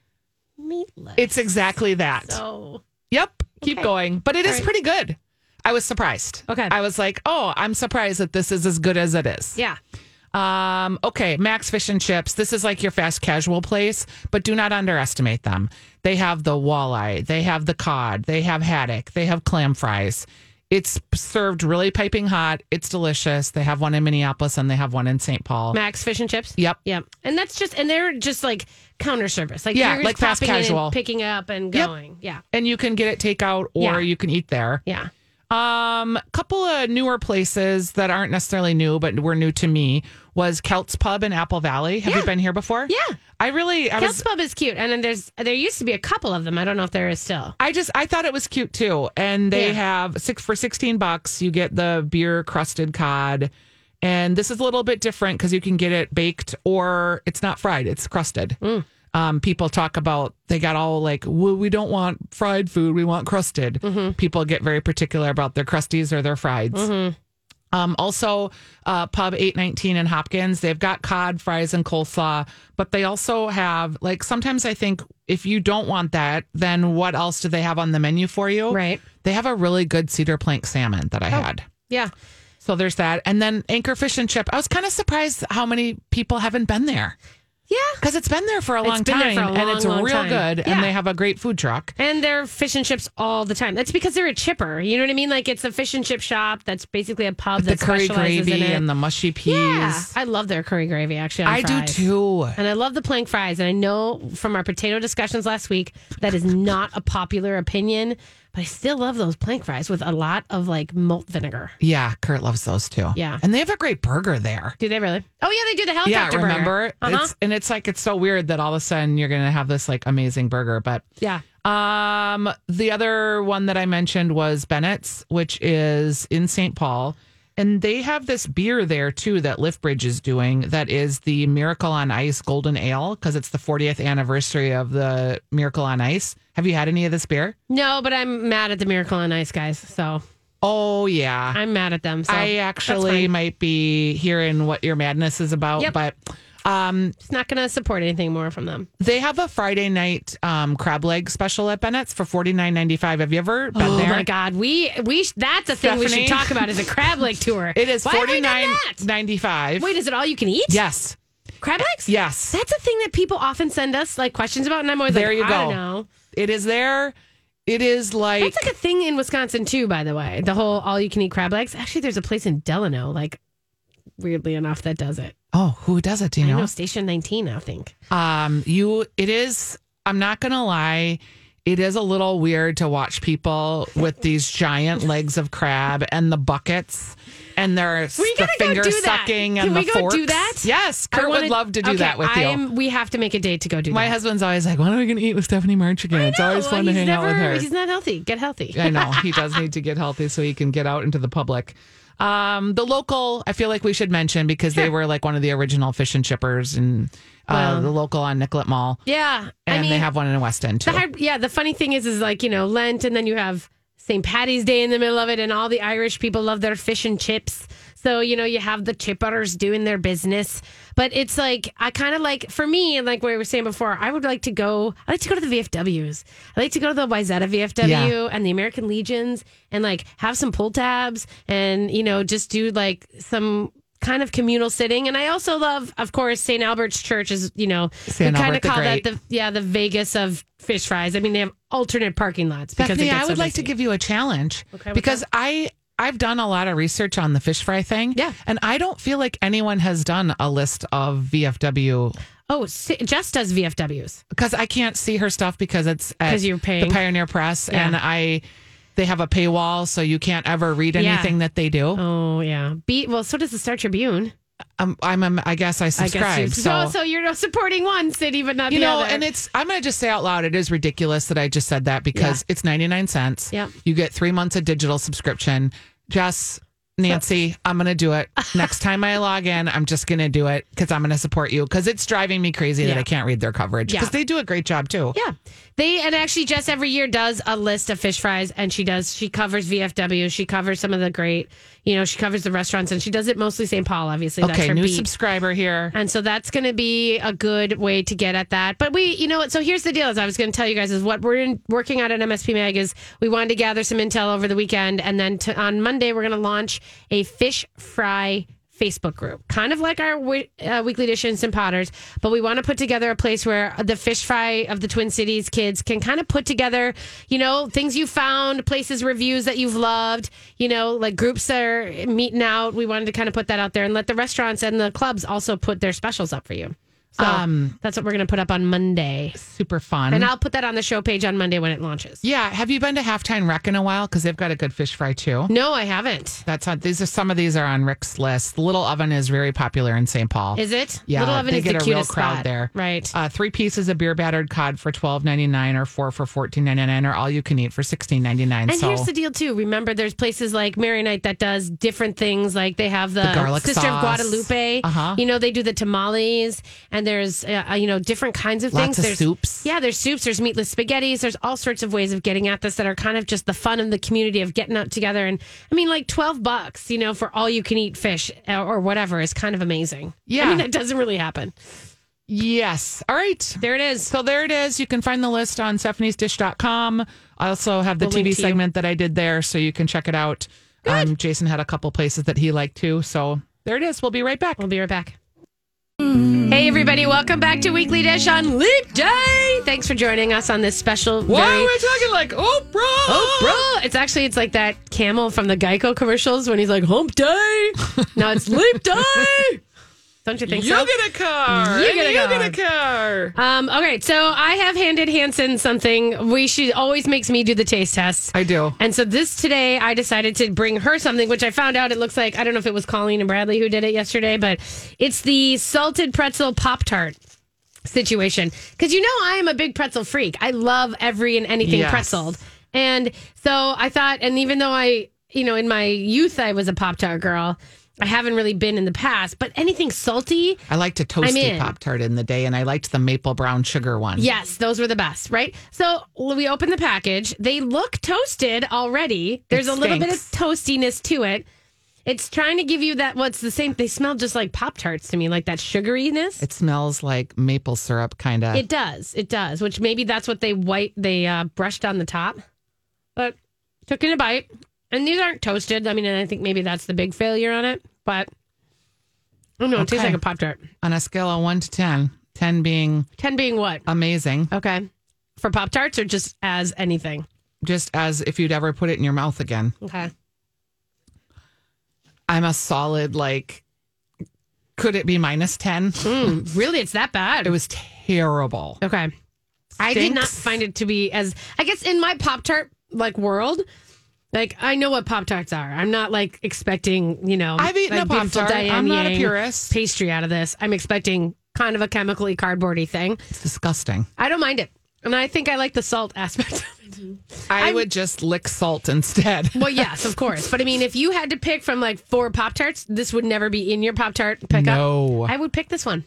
Speaker 6: meatless.
Speaker 2: It's exactly that.
Speaker 6: so
Speaker 2: Yep. Keep
Speaker 6: Okay.
Speaker 2: going. But it is
Speaker 6: right.
Speaker 2: pretty good. I was surprised.
Speaker 6: Okay.
Speaker 2: I was like, oh, I'm surprised that this is as good as it is.
Speaker 6: yeah.
Speaker 2: Um, okay, Max Fish and Chips. This is like your fast casual place, but do not underestimate them. They have the walleye, they have the cod, they have haddock, they have clam fries. It's served really piping hot. It's delicious. They have one in Minneapolis and they have one in St. Paul.
Speaker 6: Max fish and chips.
Speaker 2: Yep.
Speaker 6: Yeah. And that's just and they're just like counter service. Like
Speaker 2: Yeah,
Speaker 6: you're just
Speaker 2: like fast
Speaker 6: popping in and
Speaker 2: casual.
Speaker 6: picking up and
Speaker 2: Yep.
Speaker 6: going. Yeah.
Speaker 2: And you can get it takeout or
Speaker 6: Yeah.
Speaker 2: you can eat there.
Speaker 6: Yeah.
Speaker 2: Um, couple of newer places that aren't necessarily new, but were new to me was Kelts Pub in Apple Valley. Have you
Speaker 6: Yeah.
Speaker 2: been here before?
Speaker 6: Yeah.
Speaker 2: I really, I
Speaker 6: Kelts
Speaker 2: was,
Speaker 6: Pub is cute. And then there's there used to be a couple of them. I don't know if there is still.
Speaker 2: I just, I thought it was cute too. And they
Speaker 6: Yeah.
Speaker 2: have six for sixteen bucks. You get the beer crusted cod, and this is a little bit different because you can get it baked or it's not fried; it's crusted.
Speaker 6: Mm.
Speaker 2: Um, people talk about they got all like, well, we don't want fried food; we want crusted.
Speaker 6: Mm-hmm.
Speaker 2: People get very particular about their crusties or their frieds. Um, also, uh, Pub 819 in Hopkins, they've got cod, fries, and coleslaw, but they also have, like, sometimes I think if you don't want that, then what else do they have on the menu for you?
Speaker 6: Right. Oh.
Speaker 2: They have a really good cedar plank salmon that I had.
Speaker 6: Yeah.
Speaker 2: So there's that. And then Anchor Fish and Chip. I was kind of surprised how many people haven't been there
Speaker 6: Yeah.
Speaker 2: because it's been there for a
Speaker 6: It's
Speaker 2: long
Speaker 6: been there
Speaker 2: time
Speaker 6: for a
Speaker 2: and
Speaker 6: long,
Speaker 2: it's
Speaker 6: long
Speaker 2: real
Speaker 6: time.
Speaker 2: good.
Speaker 6: Yeah.
Speaker 2: And they have a great food truck.
Speaker 6: And they're fish and chips all the time. That's because they're a chipper. You know what I mean? Like it's a fish and chip shop that's basically a pub
Speaker 2: The
Speaker 6: that
Speaker 2: curry
Speaker 6: specializes in
Speaker 2: gravy
Speaker 6: it.
Speaker 2: and the mushy peas.
Speaker 6: yeah. I love their curry gravy actually. on
Speaker 2: I do
Speaker 6: fries.
Speaker 2: too.
Speaker 6: And I love the plank fries. And I know from our potato discussions last week that is not a popular opinion, but I still love those plank fries with a lot of like malt vinegar.
Speaker 2: Yeah, Kurt loves those too.
Speaker 6: Yeah.
Speaker 2: And they have a great burger there.
Speaker 6: Do they really? Oh yeah, they do the
Speaker 2: Yeah,
Speaker 6: helicopter burger.
Speaker 2: remember?
Speaker 6: Uh-huh.
Speaker 2: It's, and it's like it's so weird that all of a sudden you're gonna have this like amazing burger. But
Speaker 6: Yeah.
Speaker 2: um the other one that I mentioned was Bennett's, which is in St. Paul. And they have this beer there too that Liftbridge is doing that is the Miracle on Ice Golden Ale because it's the 40th anniversary of the Miracle on Ice. Have you had any of this beer?
Speaker 6: No, but I'm mad at the Miracle on Ice guys, so
Speaker 2: Oh yeah.
Speaker 6: I'm mad at them. So
Speaker 2: I uh, actually might be hearing what your madness is about,
Speaker 6: Yep.
Speaker 2: but
Speaker 6: it's not going to support anything more from them.
Speaker 2: they have a Friday night um, crab leg special at Bennett's for forty nine ninety five. Have you ever been
Speaker 6: oh
Speaker 2: there?
Speaker 6: my God, we we sh- that's a thing we
Speaker 2: Stephanie?
Speaker 6: should talk about is a crab leg tour.
Speaker 2: It is
Speaker 6: Why have
Speaker 2: forty
Speaker 6: we done
Speaker 2: nine
Speaker 6: that?
Speaker 2: ninety five.
Speaker 6: Wait, is it all you can eat?
Speaker 2: Yes.
Speaker 6: Crab legs?
Speaker 2: Yes.
Speaker 6: That's a thing that people often send us like questions about, and I'm always
Speaker 2: There
Speaker 6: like,
Speaker 2: you
Speaker 6: I
Speaker 2: go.
Speaker 6: don't know.
Speaker 2: It is there. It is like,
Speaker 6: That's like a thing in Wisconsin too, by the way. The whole all you can eat crab legs. Actually, there's a place in Delano, like weirdly enough, that does it.
Speaker 2: oh, who does it? Do you
Speaker 6: I
Speaker 2: know?
Speaker 6: know Station 19, I think.
Speaker 2: Um, you, it is. I'm not gonna lie. It is a little weird to watch people with these giant legs of crab and the buckets and their
Speaker 6: We
Speaker 2: the
Speaker 6: gotta go
Speaker 2: finger
Speaker 6: do that.
Speaker 2: sucking and
Speaker 6: Can
Speaker 2: the
Speaker 6: we go
Speaker 2: forks.
Speaker 6: do that?
Speaker 2: Yes,
Speaker 6: I
Speaker 2: Kurt
Speaker 6: wanna-
Speaker 2: would love to do
Speaker 6: okay,
Speaker 2: that with you.
Speaker 6: I'm, we have to make a date to go do
Speaker 2: My
Speaker 6: that.
Speaker 2: husband's always like, "When are we gonna eat with Stephanie March again?" It's always
Speaker 6: No,
Speaker 2: fun to
Speaker 6: he's
Speaker 2: hang out with
Speaker 6: never-
Speaker 2: her.
Speaker 6: He's not healthy. Get healthy.
Speaker 2: I know he does need to get healthy so he can get out into the public. Um, the local, I feel like we should mention because they were like one of the original fish and chippers, and uh,
Speaker 6: Well.
Speaker 2: the local on Nicollet Mall,
Speaker 6: Yeah.
Speaker 2: and
Speaker 6: I mean,
Speaker 2: they have one in West End too.
Speaker 6: the hard, yeah, the funny thing is, is like, you know, Lent, and then you have St. Patty's Day in the middle of it, and all the Irish people love their fish and chips. So, you know, you have the chippers doing their business. But it's like, I kind of like, for me, and like we were saying before, I would like to go, I like to go to the VFWs. I like to go to the Wyzetta VFW
Speaker 2: Yeah.
Speaker 6: and the American Legions and like have some pull tabs and, you know, just do like some kind of communal sitting. And I also love, of course, St. Albert's Church is, you know,
Speaker 2: St.
Speaker 6: we kind
Speaker 2: Albert
Speaker 6: of
Speaker 2: the
Speaker 6: call
Speaker 2: Great.
Speaker 6: that the yeah the Vegas of fish fries. I mean, they have alternate parking lots because it
Speaker 2: Bethany,
Speaker 6: gets
Speaker 2: I
Speaker 6: so
Speaker 2: would like to
Speaker 6: busy.
Speaker 2: give you a challenge
Speaker 6: Okay, what's
Speaker 2: because I I've done a lot of research on the fish fry thing.
Speaker 6: Yeah.
Speaker 2: and I don't feel like anyone has done a list of VFW
Speaker 6: Oh, Si- Jess does VFWs.
Speaker 2: because I can't see her stuff because it's at
Speaker 6: 'Cause you're paying.
Speaker 2: the Pioneer Press
Speaker 6: Yeah.
Speaker 2: and I they have a paywall so you can't ever read
Speaker 6: Yeah.
Speaker 2: anything that they do.
Speaker 6: Oh yeah. Be well. So does the Star Tribune.
Speaker 2: Um, I'm, i I guess I subscribe.
Speaker 6: I guess you, Oh,
Speaker 2: so,
Speaker 6: so so you're supporting one city but not
Speaker 2: you
Speaker 6: the
Speaker 2: know,
Speaker 6: other.
Speaker 2: and it's I'm gonna just say out loud, it is ridiculous that I just said that because it's 99 cents.
Speaker 6: Yep.
Speaker 2: You get three months of digital subscription. Jess, Nancy, I'm gonna do it next time I log in. I'm just gonna do it because I'm gonna support you because it's driving me crazy that
Speaker 6: Yeah.
Speaker 2: I can't read their coverage because
Speaker 6: Yeah.
Speaker 2: they do a great job too.
Speaker 6: yeah. They and actually Jess every year does a list of fish fries and she does she covers VFW, she covers some of the great, you know, she covers the restaurants and she does it mostly St. Paul obviously. that's
Speaker 2: Okay,
Speaker 6: her
Speaker 2: new
Speaker 6: beat.
Speaker 2: subscriber here.
Speaker 6: And so that's going to be a good way to get at that. But we, you know what? So here's the deal: is I was going to tell you guys is what we're in, working on at MSP Mag is we wanted to gather some intel over the weekend, and then to, on Monday we're going to launch a fish fry. Facebook group, kind of like our wi- uh, weekly dish and Potters, but we want to put together a place where the fish fry of the Twin Cities kids can kind of put together, you know, things you found, places, reviews that you've loved, you know, like groups that are meeting out. We wanted to kind of put that out there and let the restaurants and the clubs also put their specials up for you. So that's what we're going to put up on Monday.
Speaker 2: Super fun.
Speaker 6: And I'll put that on the show page on Monday when it launches.
Speaker 2: yeah, have you been to Halftime Rec in a while? Because they've got a good fish fry too.
Speaker 6: No, I haven't.
Speaker 2: That's on. These are some of these are on Rick's list. Little Oven is very popular in St. Paul.
Speaker 6: Is it?
Speaker 2: Yeah,
Speaker 6: Little Oven
Speaker 2: they
Speaker 6: is
Speaker 2: get
Speaker 6: the
Speaker 2: a real
Speaker 6: cutest
Speaker 2: crowd
Speaker 6: spot.
Speaker 2: there.
Speaker 6: Right.
Speaker 2: Uh, three pieces of beer battered cod for twelve ninety nine, or four for fourteen ninety nine, or all you can eat for sixteen ninety nine.
Speaker 6: And
Speaker 2: So
Speaker 6: here's the deal too. Remember, there's places like Marionite that does different things. Like they have the,
Speaker 2: The garlic
Speaker 6: Sister
Speaker 2: sauce.
Speaker 6: of Guadalupe.
Speaker 2: Uh-huh.
Speaker 6: You know, they do the tamales, and there's uh, uh, you know different kinds of
Speaker 2: Lots
Speaker 6: things.
Speaker 2: of
Speaker 6: there's
Speaker 2: soups.
Speaker 6: Yeah, there's soups. There's meatless spaghettis. There's all sorts of ways of getting at this that are kind of just the fun of the community of getting out together. And I mean, like twelve bucks, you know, for all you can eat fish uh, or whatever is kind of amazing.
Speaker 2: Yeah.
Speaker 6: I mean, that doesn't really happen.
Speaker 2: yes, all right.
Speaker 6: There it is.
Speaker 2: So there it is. You can find the list on stephaniesdish.com. I also have the
Speaker 6: We'll link
Speaker 2: TV
Speaker 6: to you.
Speaker 2: segment that I did there, so you can check it out. Um, Jason had a couple places that he liked too. So there it is. We'll be right back.
Speaker 6: We'll be right back. Hey, everybody, welcome back to Weekly Dish on Leap Day. Thanks for joining us on this special. very-
Speaker 2: talking like oh, Oprah?
Speaker 6: Oprah! It's actually, it's like that camel from the Geico commercials when he's like, hump day. now it's leap day. Don't you think so?
Speaker 2: get a car.
Speaker 6: You get a
Speaker 2: and
Speaker 6: car.
Speaker 2: car.
Speaker 6: Um, all right, so I have handed Hanson something. We she always makes me do the taste test.
Speaker 2: I do.
Speaker 6: And so this today, I decided to bring her something, which I found out it looks like I don't know if it was Colleen and Bradley who did it yesterday, but it's the salted pretzel pop tart situation. Because you know I am a big pretzel freak. I love every and anything
Speaker 2: Yes.
Speaker 6: pretzeled, and so I thought, and even though I, you know, in my youth I was a pop tart girl. I haven't really been in the past, but anything salty,
Speaker 2: I liked a
Speaker 6: I'm
Speaker 2: toasty
Speaker 6: in.
Speaker 2: Pop Tart in the day, and I liked the maple brown sugar one.
Speaker 6: Yes, those were the best, right? So we open the package. They look toasted already. There's a little bit of toastiness to it. It's trying to give you that. Well, it's the same. They smell just like Pop Tarts to me, like that sugariness.
Speaker 2: It smells like maple syrup, kind of.
Speaker 6: it does. It does. Which maybe that's what they white they uh, brushed on the top. But took in a bite, and these aren't toasted. I mean, and I think maybe that's the big failure on it. But Oh, no, it tastes
Speaker 2: Okay.
Speaker 6: like a Pop Tart.
Speaker 2: on a scale of one to 10, 10 being
Speaker 6: 10 being what?
Speaker 2: amazing,
Speaker 6: Okay. For Pop Tarts or just as anything?
Speaker 2: just as if you'd ever put it in your mouth again.
Speaker 6: Okay.
Speaker 2: I'm a solid, like, could it be minus 10?
Speaker 6: Mm, really? It's that bad?
Speaker 2: It was terrible.
Speaker 6: Okay. I did not
Speaker 2: Stinks.
Speaker 6: find it to be as I guess in my Pop Tart like world, like I know what Pop Tarts are. I'm not like expecting, you know,
Speaker 2: I've eaten
Speaker 6: like,
Speaker 2: a Pop
Speaker 6: beautiful
Speaker 2: Tart. I'm
Speaker 6: Diane
Speaker 2: not a
Speaker 6: Yang
Speaker 2: purist.
Speaker 6: pastry out of this. I'm expecting kind of a chemically cardboardy thing.
Speaker 2: It's disgusting.
Speaker 6: I don't mind it. And I think I like the salt aspect of it.
Speaker 2: I
Speaker 6: I'm-
Speaker 2: would just lick salt instead.
Speaker 6: Well, yes, of course. But I mean, if you had to pick from like four Pop Tarts, this would never be in your Pop Tart pickup.
Speaker 2: No.
Speaker 6: I would pick this one.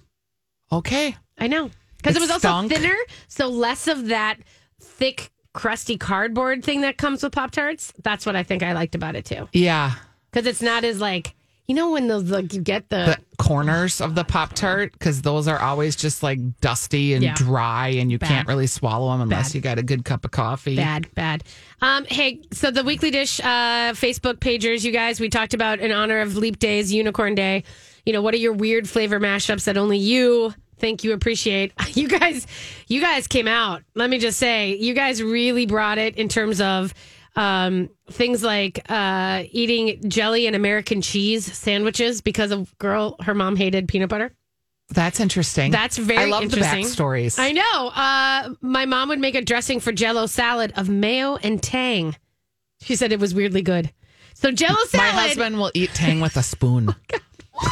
Speaker 2: Okay.
Speaker 6: I know. Because
Speaker 2: It
Speaker 6: it was
Speaker 2: stunk.
Speaker 6: also thinner, so less of that thick, crusty cardboard thing that comes with Pop Tarts. That's what I think I liked about it too.
Speaker 2: Yeah.
Speaker 6: Because it's not as like, you know, when those, like, you get the,
Speaker 2: The corners of the Pop Tart, because those are always just like dusty and
Speaker 6: Yeah.
Speaker 2: dry, and you
Speaker 6: Bad.
Speaker 2: can't really swallow them unless
Speaker 6: Bad.
Speaker 2: you got a good cup of coffee.
Speaker 6: bad, bad. Um, hey, so the Weekly Dish uh, Facebook pagers, you guys, we talked about in honor of Leap Days, Unicorn Day. You know, what are your weird flavor mashups that only you think you appreciate? You guys, you guys came out. Let me just say, you guys really brought it in terms of um, things like uh, eating jelly and American cheese sandwiches because a girl, her mom hated peanut butter.
Speaker 2: That's interesting.
Speaker 6: That's very
Speaker 2: I love
Speaker 6: interesting.
Speaker 2: the backstories.
Speaker 6: I know. Uh, my mom would make a dressing for Jello salad of mayo and tang. She said it was weirdly good. So Jello
Speaker 2: My
Speaker 6: salad.
Speaker 2: husband will eat tang with a spoon,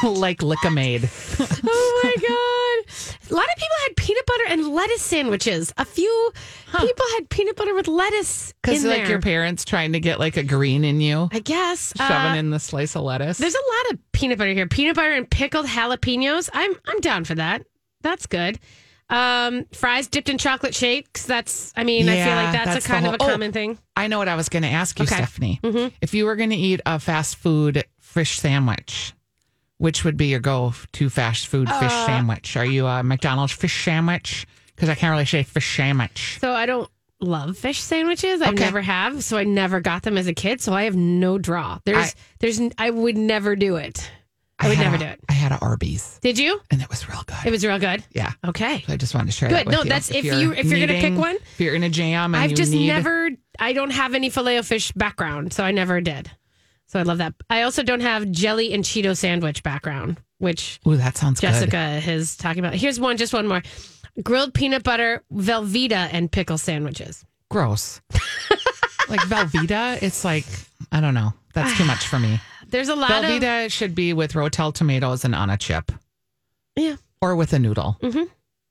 Speaker 2: like Lickamade.
Speaker 6: Oh my god! A lot of people had peanut butter and lettuce sandwiches. A few people had peanut butter with lettuce in
Speaker 2: Because like
Speaker 6: there.
Speaker 2: your parents trying to get like a green in you,
Speaker 6: I guess.
Speaker 2: shoving
Speaker 6: Uh,
Speaker 2: in the slice of lettuce.
Speaker 6: There's a lot of peanut butter here. Peanut butter and pickled jalapenos. I'm I'm down for that. That's good. Um, fries dipped in chocolate shakes. That's I mean I feel
Speaker 2: Yeah,
Speaker 6: like that's,
Speaker 2: that's
Speaker 6: a
Speaker 2: the
Speaker 6: kind of
Speaker 2: whole-
Speaker 6: a
Speaker 2: oh.
Speaker 6: common thing.
Speaker 2: I know what I was going to ask you,
Speaker 6: Okay. Mm-hmm.
Speaker 2: Stephanie. If you were going to eat a fast food fish sandwich, which would be your go-to fast food fish
Speaker 6: Uh,
Speaker 2: sandwich? Are you a McDonald's fish sandwich? Because I can't really say fish sandwich.
Speaker 6: So I don't love fish sandwiches. I
Speaker 2: Okay.
Speaker 6: never have, so I never got them as a kid. So I have no draw. There's, there's, n- I would never do it. I would
Speaker 2: had
Speaker 6: never
Speaker 2: a-
Speaker 6: do it.
Speaker 2: I had a Arby's,
Speaker 6: Did you?
Speaker 2: and it was real good.
Speaker 6: It was real good.
Speaker 2: yeah.
Speaker 6: Okay.
Speaker 2: So I just wanted to share.
Speaker 6: Good.
Speaker 2: That with
Speaker 6: No,
Speaker 2: you.
Speaker 6: that's- if you- if you're gonna pick
Speaker 2: needing-
Speaker 6: one-
Speaker 2: if you're in a jam, and
Speaker 6: I've
Speaker 2: you
Speaker 6: just
Speaker 2: need-
Speaker 6: never. I don't have any filet fish background, so I never did. So I love that. I also don't have jelly and Cheeto sandwich background, which
Speaker 2: Ooh, that sounds good.
Speaker 6: Jessica is talking about. Here's one, just one more: grilled peanut butter Velveeta and pickle sandwiches.
Speaker 2: gross. like Velveeta, it's like I don't know. That's too much for me.
Speaker 6: There's a lot of
Speaker 2: Velveeta should be with Rotel tomatoes and on a chip.
Speaker 6: Yeah.
Speaker 2: Or with a noodle. Mm-hmm.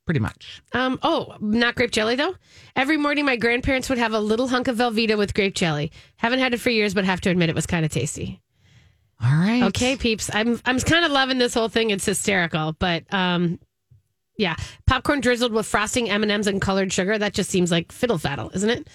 Speaker 2: Pretty much.
Speaker 6: Um, oh, not grape jelly though. Every morning, my grandparents would have a little hunk of Velveeta with grape jelly. Haven't had it for years, but have to admit it was kind of tasty.
Speaker 2: All right.
Speaker 6: Okay, peeps, I'm I'm kind of loving this whole thing. It's hysterical, but um, yeah, popcorn drizzled with frosting, M and M's, and colored sugar. That just seems like fiddle faddle, isn't it?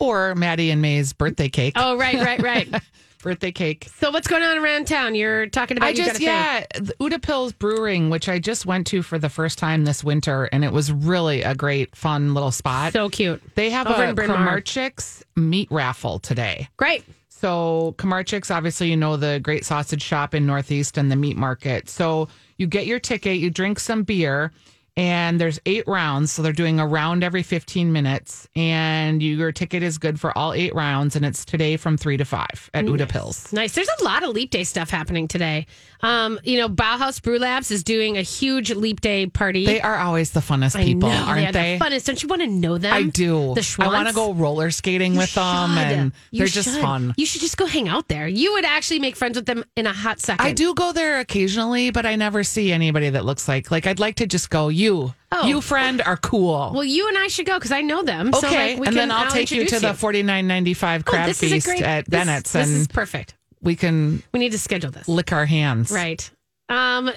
Speaker 2: Or Maddie and May's birthday cake.
Speaker 6: Oh, right, right, right.
Speaker 2: Birthday cake.
Speaker 6: so what's going on around town? You're talking about.
Speaker 2: I
Speaker 6: you got
Speaker 2: just
Speaker 6: a thing.
Speaker 2: yeah, the Utapil's Brewing, which I just went to for the first time this winter, and it was really a great, fun little spot.
Speaker 6: so cute.
Speaker 2: they have
Speaker 6: over
Speaker 2: a
Speaker 6: in Bryn Mawr.
Speaker 2: Kramarchik's meat raffle today.
Speaker 6: Great.
Speaker 2: So Kamarchik's, obviously, you know the great sausage shop in Northeast and the meat market. So you get your ticket, you drink some beer, and there's eight rounds. So they're doing a round every 15 minutes, and you, your ticket is good for all eight rounds. And it's today from three to five at Uda Pills.
Speaker 6: Nice. There's a lot of Leap Day stuff happening today. Um, you know, Bauhaus Brew Labs is doing a huge Leap Day party.
Speaker 2: They are always the funnest
Speaker 6: I
Speaker 2: people,
Speaker 6: know,
Speaker 2: aren't
Speaker 6: they?
Speaker 2: they?
Speaker 6: Are the funnest. Don't you want to know them?
Speaker 2: I do.
Speaker 6: The Schwants?
Speaker 2: I want to go roller skating
Speaker 6: You
Speaker 2: with them,
Speaker 6: should.
Speaker 2: and
Speaker 6: You
Speaker 2: they're just
Speaker 6: should.
Speaker 2: fun.
Speaker 6: You should just go hang out there. You would actually make friends with them in a hot second.
Speaker 2: I do go there occasionally, but I never see anybody that looks like like I'd like to just go. You,
Speaker 6: Oh.
Speaker 2: you friend, are cool.
Speaker 6: Well, you and I should go because I know them. So,
Speaker 2: Okay,
Speaker 6: like, we can,
Speaker 2: and then I'll, take you
Speaker 6: introduce
Speaker 2: to the forty nine ninety five
Speaker 6: Oh,
Speaker 2: crab
Speaker 6: this is a
Speaker 2: feast
Speaker 6: great-
Speaker 2: at
Speaker 6: this-
Speaker 2: Bennett's,
Speaker 6: This,
Speaker 2: and
Speaker 6: is perfect.
Speaker 2: we can
Speaker 6: We need to schedule this.
Speaker 2: lick our hands.
Speaker 6: Right. Um.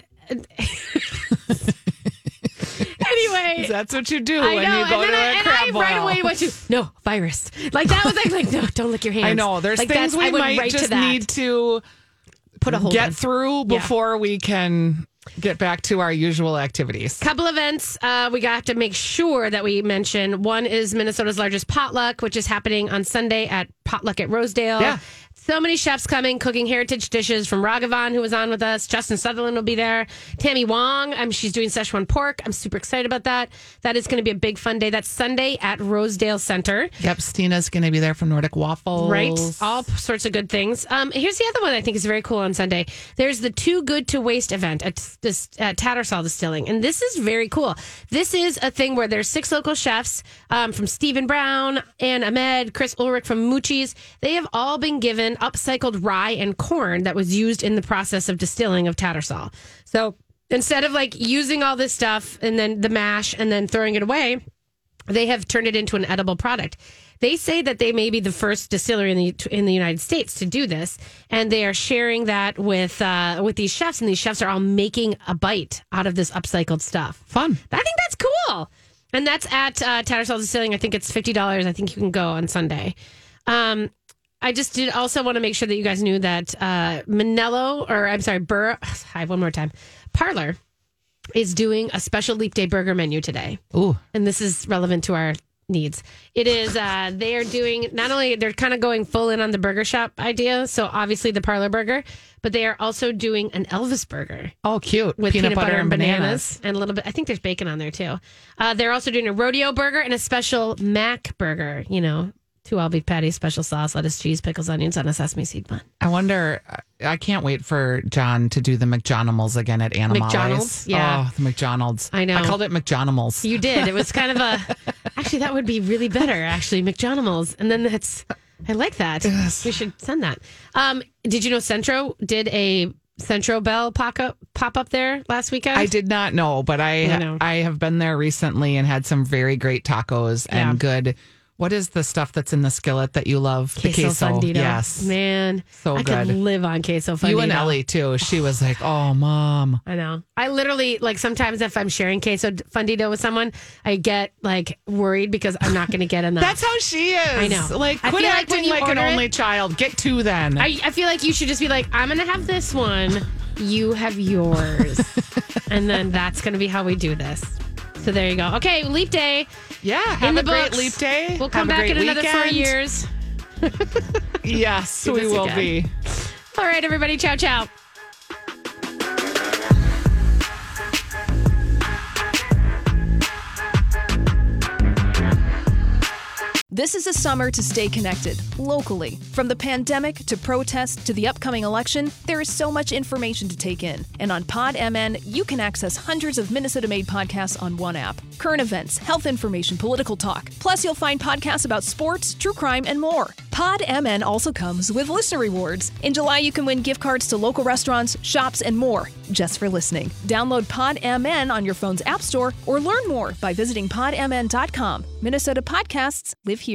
Speaker 6: anyway,
Speaker 2: That's what you do
Speaker 6: I
Speaker 2: when
Speaker 6: know,
Speaker 2: you go
Speaker 6: and
Speaker 2: to
Speaker 6: then I,
Speaker 2: a
Speaker 6: and
Speaker 2: crab
Speaker 6: I
Speaker 2: boil.
Speaker 6: right away went to no virus. Like that was like, like no, don't lick your hands.
Speaker 2: I know there's
Speaker 6: like that's-
Speaker 2: things
Speaker 6: I
Speaker 2: we
Speaker 6: went
Speaker 2: might
Speaker 6: right to
Speaker 2: just
Speaker 6: that.
Speaker 2: need to
Speaker 6: put a hold
Speaker 2: get
Speaker 6: on.
Speaker 2: through before we can get back to our usual activities.
Speaker 6: Couple events uh, we got to make sure that we mention. One is Minnesota's largest potluck, which is happening on Sunday at Potluck at Rosedale.
Speaker 2: Yeah.
Speaker 6: So many chefs coming, cooking heritage dishes from Ragavan, who was on with us. Justin Sutherland will be there. Tammy Wong, um, she's doing Szechuan pork. I'm super excited about that. That is going to be a big fun day. That's Sunday at Rosedale Center,
Speaker 2: Yep, Stina's going to be there from Nordic Waffles.
Speaker 6: right? All sorts of good things. Um, here's the other one I think is very cool on Sunday. There's the Too Good to Waste event at, this, at Tattersall Distilling, and this is very cool. This is a thing where there's six local chefs um, from Stephen Brown, Ann Ahmed, Chris Ulrich from Moochie's. They have all been given upcycled rye and corn that was used in the process of distilling of Tattersall. So instead of like using all this stuff and then the mash and then throwing it away, they have turned it into an edible product. They say that they may be the first distillery in the in the United States to do this, and they are sharing that with uh, with these chefs. And these chefs are all making a bite out of this upcycled stuff.
Speaker 2: Fun.
Speaker 6: I think that's cool. And that's at uh, Tattersall Distilling. I think it's fifty dollars. I think you can go on Sunday. Um, I just did also want to make sure that you guys knew that uh, Manello, or I'm sorry, Burr. Hi, one more time. Parlor is doing a special Leap Day burger menu today
Speaker 2: Ooh,
Speaker 6: and this is relevant to our needs. It is uh they are doing not only they're kind of going full in on the burger shop idea, so obviously the parlor burger, but they are also doing an Elvis burger
Speaker 2: oh, cute.
Speaker 6: with peanut, butter, and bananas. and a little bit. I think there's bacon on there too. Uh, they're also doing a rodeo burger and a special Mac burger. You know, two all beef patties, special sauce, lettuce, cheese, pickles, onions on a sesame seed bun.
Speaker 2: I wonder. I- I can't wait for John to do the McDonald's again at Animales.
Speaker 6: McDonald's? Yeah.
Speaker 2: Oh, the McDonald's.
Speaker 6: I know.
Speaker 2: I called it McDonald's.
Speaker 6: You did. It was kind of a. Actually, that would be really better. Actually, McDonald's, and then that's. I like that. We should send that. Um, did you know Centro did a Centro Bell pop up pop up there last weekend?
Speaker 2: I did not know, but I
Speaker 6: I
Speaker 2: I,
Speaker 6: know.
Speaker 2: have been there recently and had some very great tacos
Speaker 6: Yeah.
Speaker 2: and good. What is the stuff that's in the skillet that you love? the
Speaker 6: Queso fundito.
Speaker 2: Yes.
Speaker 6: man,
Speaker 2: So
Speaker 6: I
Speaker 2: good.
Speaker 6: could live on queso fundito.
Speaker 2: You and Ellie too. She was like, "Oh, mom,
Speaker 6: I know. I literally like sometimes if I'm sharing queso fundito with someone, I get like worried because I'm not going to get enough.
Speaker 2: that's how she is." I
Speaker 6: know.
Speaker 2: Like,
Speaker 6: I
Speaker 2: quit
Speaker 6: feel like when
Speaker 2: acting
Speaker 6: you
Speaker 2: like, an
Speaker 6: order it-
Speaker 2: only child. Get two then.
Speaker 6: I, I feel like you should just be like, I'm gonna have this one, you have yours, and then that's gonna be how we do this. So there you go. Okay, leap day
Speaker 2: yeah. Have
Speaker 6: in the
Speaker 2: a great
Speaker 6: books.
Speaker 2: leap day.
Speaker 6: We'll come
Speaker 2: Have a
Speaker 6: back in
Speaker 2: great
Speaker 6: another four
Speaker 2: weekend.
Speaker 6: years.
Speaker 2: Yes, we
Speaker 6: this
Speaker 2: will
Speaker 6: again.
Speaker 2: be.
Speaker 6: All right, everybody, ciao ciao.
Speaker 9: This is a summer to stay connected, locally. From the pandemic to protests to the upcoming election, there is so much information to take in. And on PodMN, you can access hundreds of Minnesota made podcasts on one app. Current events, health information, political talk. Plus, you'll find podcasts about sports, true crime, and more. PodMN also comes with listener rewards. In July, you can win gift cards to local restaurants, shops, and more just for listening. Download PodMN on your phone's App Store or learn more by visiting podmn.com. Minnesota podcasts live here.